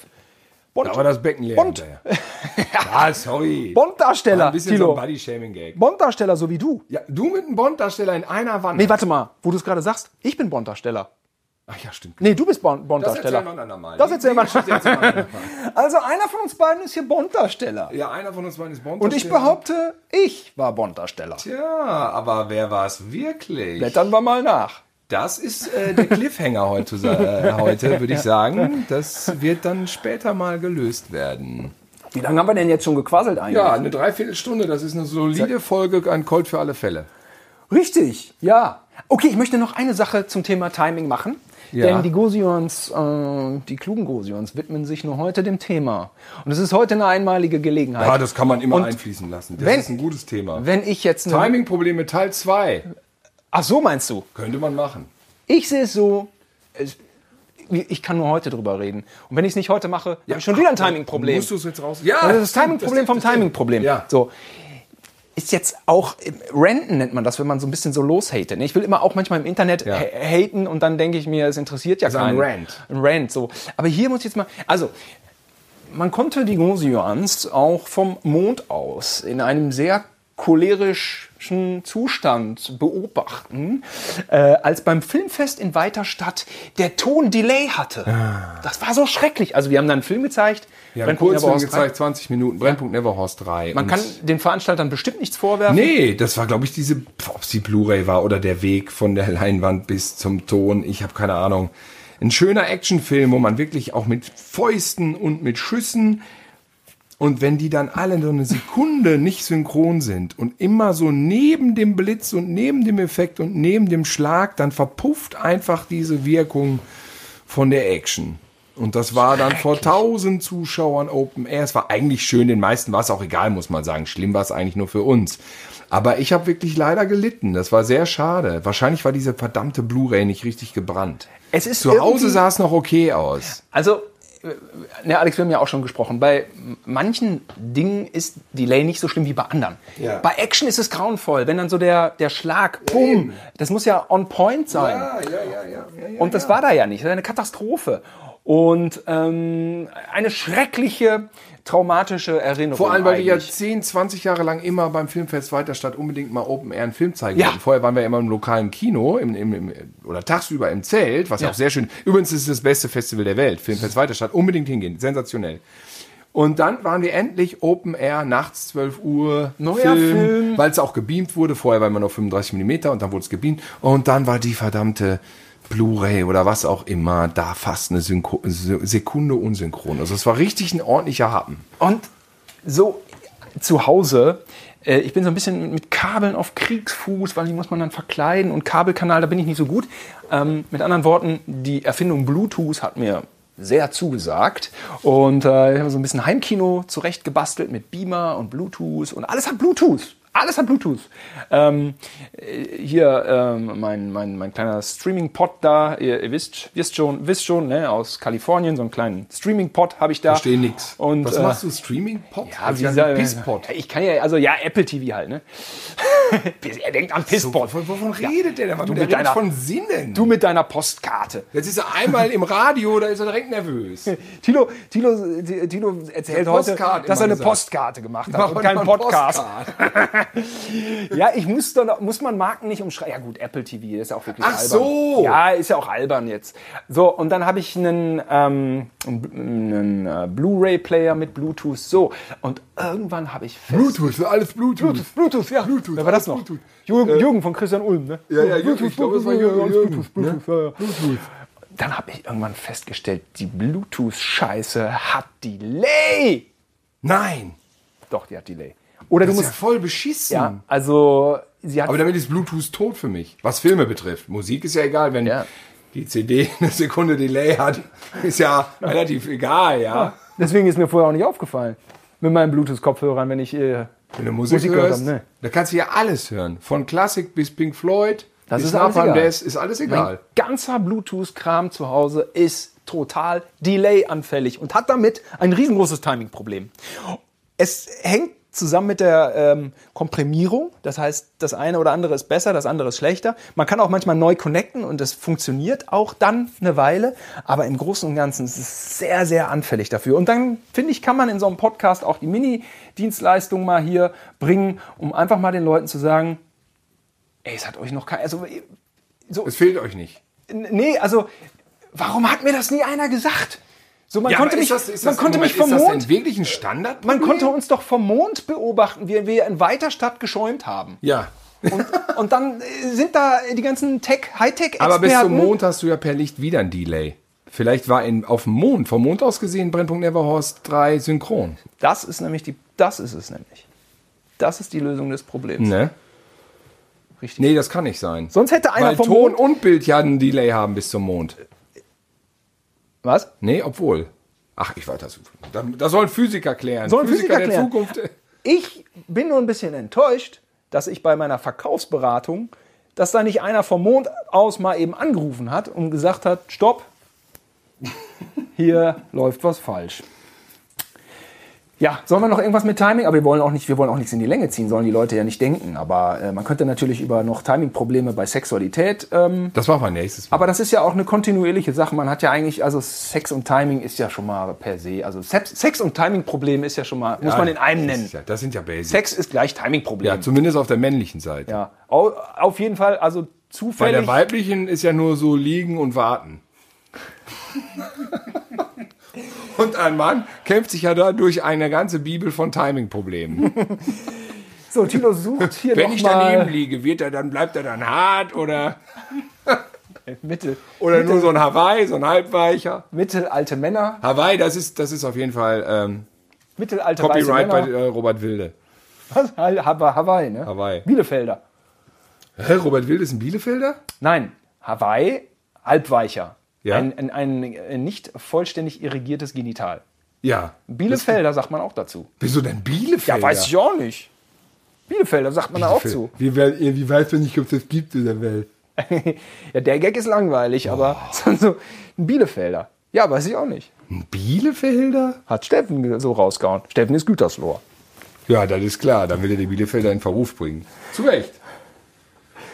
S3: Bond,
S2: Da war das Becken leer.
S3: Bond.
S2: hinterher. Ja, sorry. War
S3: Bonddarsteller,
S2: Ein bisschen so
S3: Thilo.
S2: ein Body-Shaming-Gag.
S3: Bonddarsteller, so wie du.
S2: Ja, du mit einem Bond-Darsteller in einer Wanne.
S3: Nee, warte mal, wo du es gerade sagst. Ich bin Bonddarsteller.
S2: Ach ja, stimmt.
S3: Nee, du bist Bon-
S2: Das erzählen
S3: Bonddarsteller.
S2: wir dann einmal.
S3: Das erzählen wir-
S2: wir
S3: Also einer von uns beiden ist hier Bonddarsteller.
S2: Ja, einer von uns beiden ist Bond.
S3: Und ich behaupte, ich war Bonddarsteller.
S2: Ja, aber wer war es wirklich?
S3: Blättern wir mal nach.
S2: Das ist äh, der Cliffhanger heute, äh, heute würde ich sagen. Das wird dann später mal gelöst werden.
S3: Wie lange haben wir denn jetzt schon gequasselt eigentlich?
S2: Ja, eine Dreiviertelstunde, das ist eine solide Folge an Colt für alle Fälle.
S3: Richtig, ja. Okay, ich möchte noch eine Sache zum Thema Timing machen.
S2: Ja.
S3: Denn die Gosions, äh, die klugen Gosions widmen sich nur heute dem Thema. Und es ist heute eine einmalige Gelegenheit.
S2: Ja, das kann man immer
S3: Und
S2: einfließen lassen. Das
S3: wenn-
S2: ist ein gutes Thema.
S3: Wenn ich jetzt... Eine,
S2: Timing-Probleme Teil 2
S3: ach so, meinst du?
S2: könnte man machen.
S3: Ich sehe es so, es, ich kann nur heute drüber reden. Und wenn ich es nicht heute mache, habe ich schon wieder ein Timing-Problem.
S2: Musst du es jetzt raus? Ja,
S3: Also das Timing-Problem vom Timing-Problem.
S2: Ja.
S3: So. Ist jetzt auch, äh, Renten nennt man das, wenn man so ein bisschen so loshate. Ne? Ich will immer auch manchmal im Internet
S2: Ja. Also
S3: ha- haten und dann denke ich mir, es interessiert ja
S2: ein
S3: keinen.
S2: Rant.
S3: Ein Rant, so. Aber hier muss ich jetzt mal, also, man konnte die Gosions auch vom Mond aus in einem sehr cholerischen Zustand beobachten, äh, als beim Filmfest in Weiterstadt der Ton Delay hatte. Das war so schrecklich. Also wir haben dann einen Film gezeigt,
S2: Ah. Wir haben
S3: Brennpunkt
S2: kurz
S3: Neverhorst
S2: gezeigt, 20 Minuten, Brennpunkt Neverhorst 3.
S3: man kann den Veranstaltern bestimmt nichts vorwerfen.
S2: Nee, das war, glaube ich, diese, ob es die Blu-ray war oder der Weg von der Leinwand bis zum Ton. Ich habe keine Ahnung. Ein schöner Actionfilm, wo man wirklich auch mit Fäusten und mit Schüssen und wenn die dann alle so eine Sekunde nicht synchron sind und immer so neben dem Blitz und neben dem Effekt und neben dem Schlag, dann verpufft einfach diese Wirkung von der Action. Und das war dann vor tausend Zuschauern Open Air. Es war eigentlich schön, den meisten war es auch egal, muss man sagen. Schlimm war es eigentlich nur für uns. Aber ich habe wirklich leider gelitten. Das war sehr schade. Wahrscheinlich war diese verdammte Blu-ray nicht richtig gebrannt.
S3: Es ist
S2: Zu Hause
S3: irgendwie-
S2: sah es noch okay aus.
S3: Also, äh, ne, Alex, wir haben ja auch schon gesprochen. Bei m- manchen Dingen ist Delay nicht so schlimm wie bei anderen.
S2: Ja.
S3: Bei Action ist es grauenvoll, wenn dann so der, der Schlag, bumm, das muss ja on point sein.
S2: Ah, ja, ja, ja, ja.
S3: Und das war da ja nicht. Das war eine Katastrophe. Und ähm, eine schreckliche, traumatische Erinnerung.
S2: Vor allem, weil wir ja
S3: um eigentlich.
S2: 10, 20 Jahre lang immer beim Filmfest Weiterstadt unbedingt mal Open Air einen Film zeigen
S3: Ja.
S2: wollten. Vorher waren wir immer im lokalen Kino im, im, im, oder tagsüber im Zelt, was ja. auch sehr schön. Übrigens ist es das beste Festival der Welt, Filmfest Weiterstadt. Unbedingt hingehen, sensationell. Und dann waren wir endlich Open Air nachts 12 Uhr
S3: Neuer Film.
S2: weil es auch gebeamt wurde. Vorher war immer noch 35 mm und dann wurde es gebeamt. Und dann war die verdammte Blu-ray oder was auch immer da fast eine Synchro Se- Sekunde unsynchron. Also es war richtig ein ordentlicher Happen.
S3: Und so zu Hause, äh, ich bin so ein bisschen mit Kabeln auf Kriegsfuß, weil die muss man dann verkleiden und Kabelkanal, da bin ich nicht so gut. Ähm, mit anderen Worten, die Erfindung Bluetooth hat mir sehr zugesagt und äh, ich habe so ein bisschen Heimkino zurechtgebastelt mit Beamer und Bluetooth und alles hat Bluetooth. Alles hat Bluetooth. Ähm, äh, hier ähm, mein, mein, mein kleiner Streaming-Pod da, ihr, ihr wisst, wisst schon, wisst schon ne, aus Kalifornien, so einen kleinen Streaming-Pod habe ich da.
S2: Verstehe nix.
S3: Und,
S2: Was
S3: äh,
S2: machst du? Streaming-Pod?
S3: ja, wie
S2: ein
S3: gesagt,
S2: Pisspod.
S3: Ich kann ja, also ja, Apple TV halt, ne? er denkt an Pisspod.
S2: Wovon wovon redet der denn? Du
S3: mit
S2: der redet
S3: deiner-
S2: von Sinnen.
S3: Du mit deiner Postkarte.
S2: Jetzt ist er einmal im Radio, da ist er direkt nervös.
S3: Tilo, Tilo, Tilo erzählt heute,
S2: Postkarte
S3: dass er
S2: immer
S3: eine
S2: gesagt.
S3: Postkarte gemacht hat
S2: Mach
S3: und
S2: mal
S3: keinen
S2: mal einen
S3: Podcast.
S2: Postcard.
S3: Ja, ich muss dann, muss man Marken nicht umschreiben. Ja gut, Apple TV ist ja auch wirklich
S2: Ach
S3: albern.
S2: so.
S3: Ja, ist ja auch albern jetzt. So, und dann habe ich einen, ähm, einen äh, Blu-ray-Player mit Bluetooth. So, und irgendwann habe ich fest...
S2: Bluetooth, für alles Bluetooth.
S3: Bluetooth, ja.
S2: Bluetooth,
S3: Wer war das noch?
S2: Bluetooth. Äh,
S3: Jürgen, Jürgen von Christian Ulm, ne?
S2: Ja, ja, Jürgen, ich glaube, es war Jürgen,
S3: Bluetooth,
S2: Jürgen, ne?
S3: Bluetooth, ja, ja. Dann habe ich irgendwann festgestellt, die Bluetooth-Scheiße hat Delay.
S2: Nein.
S3: Doch, die hat Delay. Oder
S2: Das
S3: du
S2: ist ja
S3: musst,
S2: voll beschissen.
S3: ja, also sie hat
S2: Aber damit ist Bluetooth tot für mich, was Filme betrifft. Musik ist ja egal, wenn
S3: Ja.
S2: die CD eine Sekunde Delay hat, ist ja relativ egal, ja.
S3: Deswegen ist mir vorher auch nicht aufgefallen. Mit meinen Bluetooth-Kopfhörern, wenn ich. Äh,
S2: Wenn du Musik,
S3: Musik gehört
S2: hörst,
S3: haben, ne.
S2: da kannst du ja alles hören. Von Klassik bis Pink Floyd,
S3: Das
S2: bis
S3: ist alles
S2: Napalm
S3: egal.
S2: Death, ist alles egal.
S3: mein ganzer Bluetooth-Kram zu Hause ist total delay-anfällig und hat damit ein riesengroßes Timing-Problem. Es hängt zusammen mit der ähm, Komprimierung. Das heißt, das eine oder andere ist besser, das andere ist schlechter. Man kann auch manchmal neu connecten und das funktioniert auch dann eine Weile. Aber im Großen und Ganzen ist es sehr, sehr anfällig dafür. Und dann, finde ich, kann man in so einem Podcast auch die Mini-Dienstleistung mal hier bringen, um einfach mal den Leuten zu sagen, ey, es hat euch noch kein... Also, so,
S2: Es fehlt euch nicht.
S3: n- nee, also, warum hat mir das nie einer gesagt? So, man
S2: Ja,
S3: konnte
S2: aber
S3: mich,
S2: ist das- ist
S3: man
S2: das-
S3: konnte
S2: Moment,
S3: mich vom
S2: ist
S3: Mond
S2: Das denn wirklich ein Standard?
S3: man konnte uns doch vom Mond beobachten, wie wir in weiter Stadt geschäumt haben.
S2: Ja.
S3: Und, und dann äh, sind da die ganzen Tech, Hightech-Experten.
S2: Aber bis zum Mond hast du ja per Licht wieder ein Delay. Vielleicht war in, auf dem Mond, vom Mond aus gesehen, Brennpunkt Neverhorst 3 synchron.
S3: Das ist nämlich die, das ist es nämlich. Das ist die Lösung des Problems.
S2: Ne?
S3: Richtig.
S2: Nee, das kann nicht sein.
S3: Sonst hätte einer
S2: Weil
S3: vom
S2: Ton
S3: Mond.
S2: und Bild ja einen Delay haben bis zum Mond.
S3: Was?
S2: Nee, obwohl. Ach, ich weiß das. Da, das sollen Physiker klären.
S3: Sollen Physiker
S2: der
S3: klären.
S2: Zukunft. äh,
S3: Ich bin nur ein bisschen enttäuscht, dass ich bei meiner Verkaufsberatung, dass da nicht einer vom Mond aus mal eben angerufen hat und gesagt hat, stopp, hier läuft was falsch. Ja, sollen wir noch irgendwas mit Timing? Aber wir wollen auch nicht, wir wollen auch nichts in die Länge ziehen, sollen die Leute ja nicht denken. Aber äh, man könnte natürlich über noch Timing-Probleme bei Sexualität ähm,
S2: Das machen wir nächstes Mal.
S3: aber das ist ja auch eine kontinuierliche Sache. Man hat ja eigentlich, also Sex und Timing ist ja schon mal per se, also Sex, Sex und Timing-Problem ist ja schon mal, muss man in einem
S2: das ist
S3: nennen.
S2: Ja, das sind ja Basics.
S3: Sex ist gleich
S2: Ja,
S3: Timing-Problem.
S2: zumindest auf der männlichen Seite.
S3: Ja, Au- Auf jeden Fall, also
S2: Bei der
S3: zufällig.
S2: weiblichen ist ja nur so liegen und warten. und ein Mann kämpft sich ja da durch eine ganze Bibel von Timing-Problemen.
S3: So, Tilo sucht hier
S2: Wenn ich daneben
S3: nochmal.
S2: liege, wird er dann, bleibt er dann hart oder,
S3: Mittel,
S2: oder nur so ein Hawaii, so ein halbweicher.
S3: mittelalte Männer,
S2: Hawaii, das ist, das ist auf jeden Fall ähm,
S3: mittelalte weiße
S2: Copyright bei
S3: Männer.
S2: äh, Robert Wilde.
S3: Was? Ha- Ha- Hawaii, ne?
S2: Hawaii.
S3: Bielefelder.
S2: Hä, Robert Wilde ist ein Bielefelder?
S3: Nein, Hawaii, Halbweicher.
S2: Ja.
S3: Ein, ein, ein äh, nicht vollständig irrigiertes Genital.
S2: Ja.
S3: Bielefelder sagt man auch dazu.
S2: Wieso denn Bielefelder?
S3: Ja, weiß ich auch nicht. Bielefelder sagt man da auch zu.
S2: Wie, wie, wie weiß man nicht, ob es das gibt in der Welt?
S3: ja, der Gag ist langweilig, aber sonst so ein Bielefelder. Ja, weiß ich auch nicht.
S2: Ein Bielefelder?
S3: Hat Steffen so rausgehauen. Steffen ist Gütersloh.
S2: Ja, das ist klar. Dann will er die Bielefelder in Verruf bringen. Zu Recht.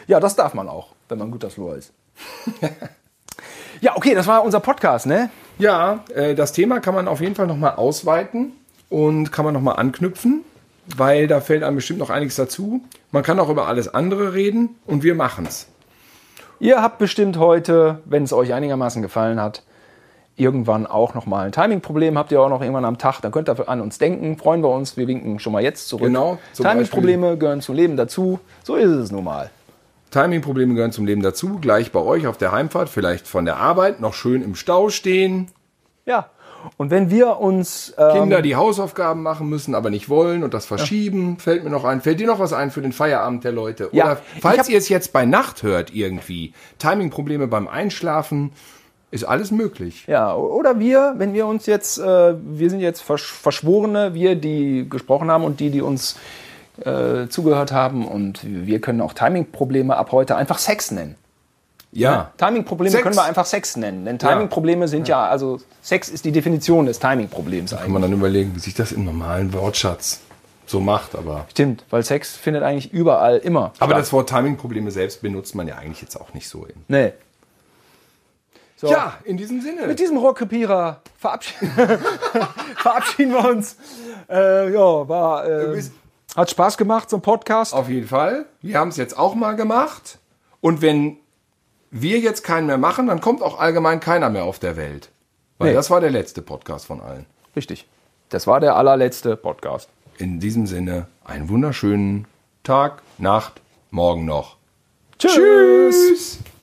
S3: Ja, das darf man auch, wenn man Gütersloh ist. ja, okay, das war unser Podcast, ne?
S2: Ja, äh, das Thema kann man auf jeden Fall nochmal ausweiten und kann man nochmal anknüpfen, weil da fällt einem bestimmt noch einiges dazu. Man kann auch über alles andere reden und wir machen's.
S3: Ihr habt bestimmt heute, wenn es euch einigermaßen gefallen hat, irgendwann auch nochmal ein Timing-Problem. Habt ihr auch noch irgendwann am Tag, dann könnt ihr an uns denken. Freuen wir uns. Wir winken schon mal jetzt zurück.
S2: Genau, zum
S3: Timing-Probleme gehören zum Leben dazu. So ist es nun mal.
S2: Timing-Probleme gehören zum Leben dazu. Gleich bei euch auf der Heimfahrt, vielleicht von der Arbeit, noch schön im Stau stehen.
S3: Ja. Und wenn wir uns. Ähm,
S2: Kinder, die Hausaufgaben machen müssen, aber nicht wollen und das verschieben, fällt mir noch ein. Fällt dir noch was ein für den Feierabend der Leute?
S3: Ja,
S2: Oder
S3: ich
S2: falls
S3: hab-
S2: ihr es jetzt bei Nacht hört irgendwie, Timing-Probleme beim Einschlafen, ist alles möglich.
S3: Ja, o- oder wir, wenn wir uns jetzt, äh, wir sind jetzt Versch Verschworene, wir, die gesprochen haben und die, die uns äh, zugehört haben. Und wir können auch Timing-Probleme ab heute einfach Sex nennen.
S2: Ja.
S3: Timing-Probleme
S2: Sex.
S3: können wir einfach Sex nennen. Denn Timing-Probleme sind ja. also Sex ist die Definition des Timing-Problems
S2: Kann
S3: eigentlich.
S2: man dann überlegen, wie sich das im normalen Wortschatz so macht, aber.
S3: Stimmt, weil Sex findet eigentlich überall immer.
S2: Aber das Wort Timing-Probleme selbst benutzt man ja eigentlich jetzt auch nicht so. In.
S3: Nee. So.
S2: Ja, in diesem Sinne.
S3: Mit diesem Rohrkrepierer verabschieden, verabschieden wir uns. Äh, ja, war, äh,
S2: bist-
S3: hat Spaß gemacht, so ein Podcast.
S2: Auf jeden Fall. Wir haben es jetzt auch mal gemacht. Und wenn wir jetzt keinen mehr machen, dann kommt auch allgemein keiner mehr auf der Welt. Weil
S3: Nee.
S2: das war der letzte Podcast von allen.
S3: Richtig. Das war der allerletzte Podcast.
S2: In diesem Sinne, einen wunderschönen Tag, Nacht, morgen noch.
S3: Tschüss.
S2: Tschüss.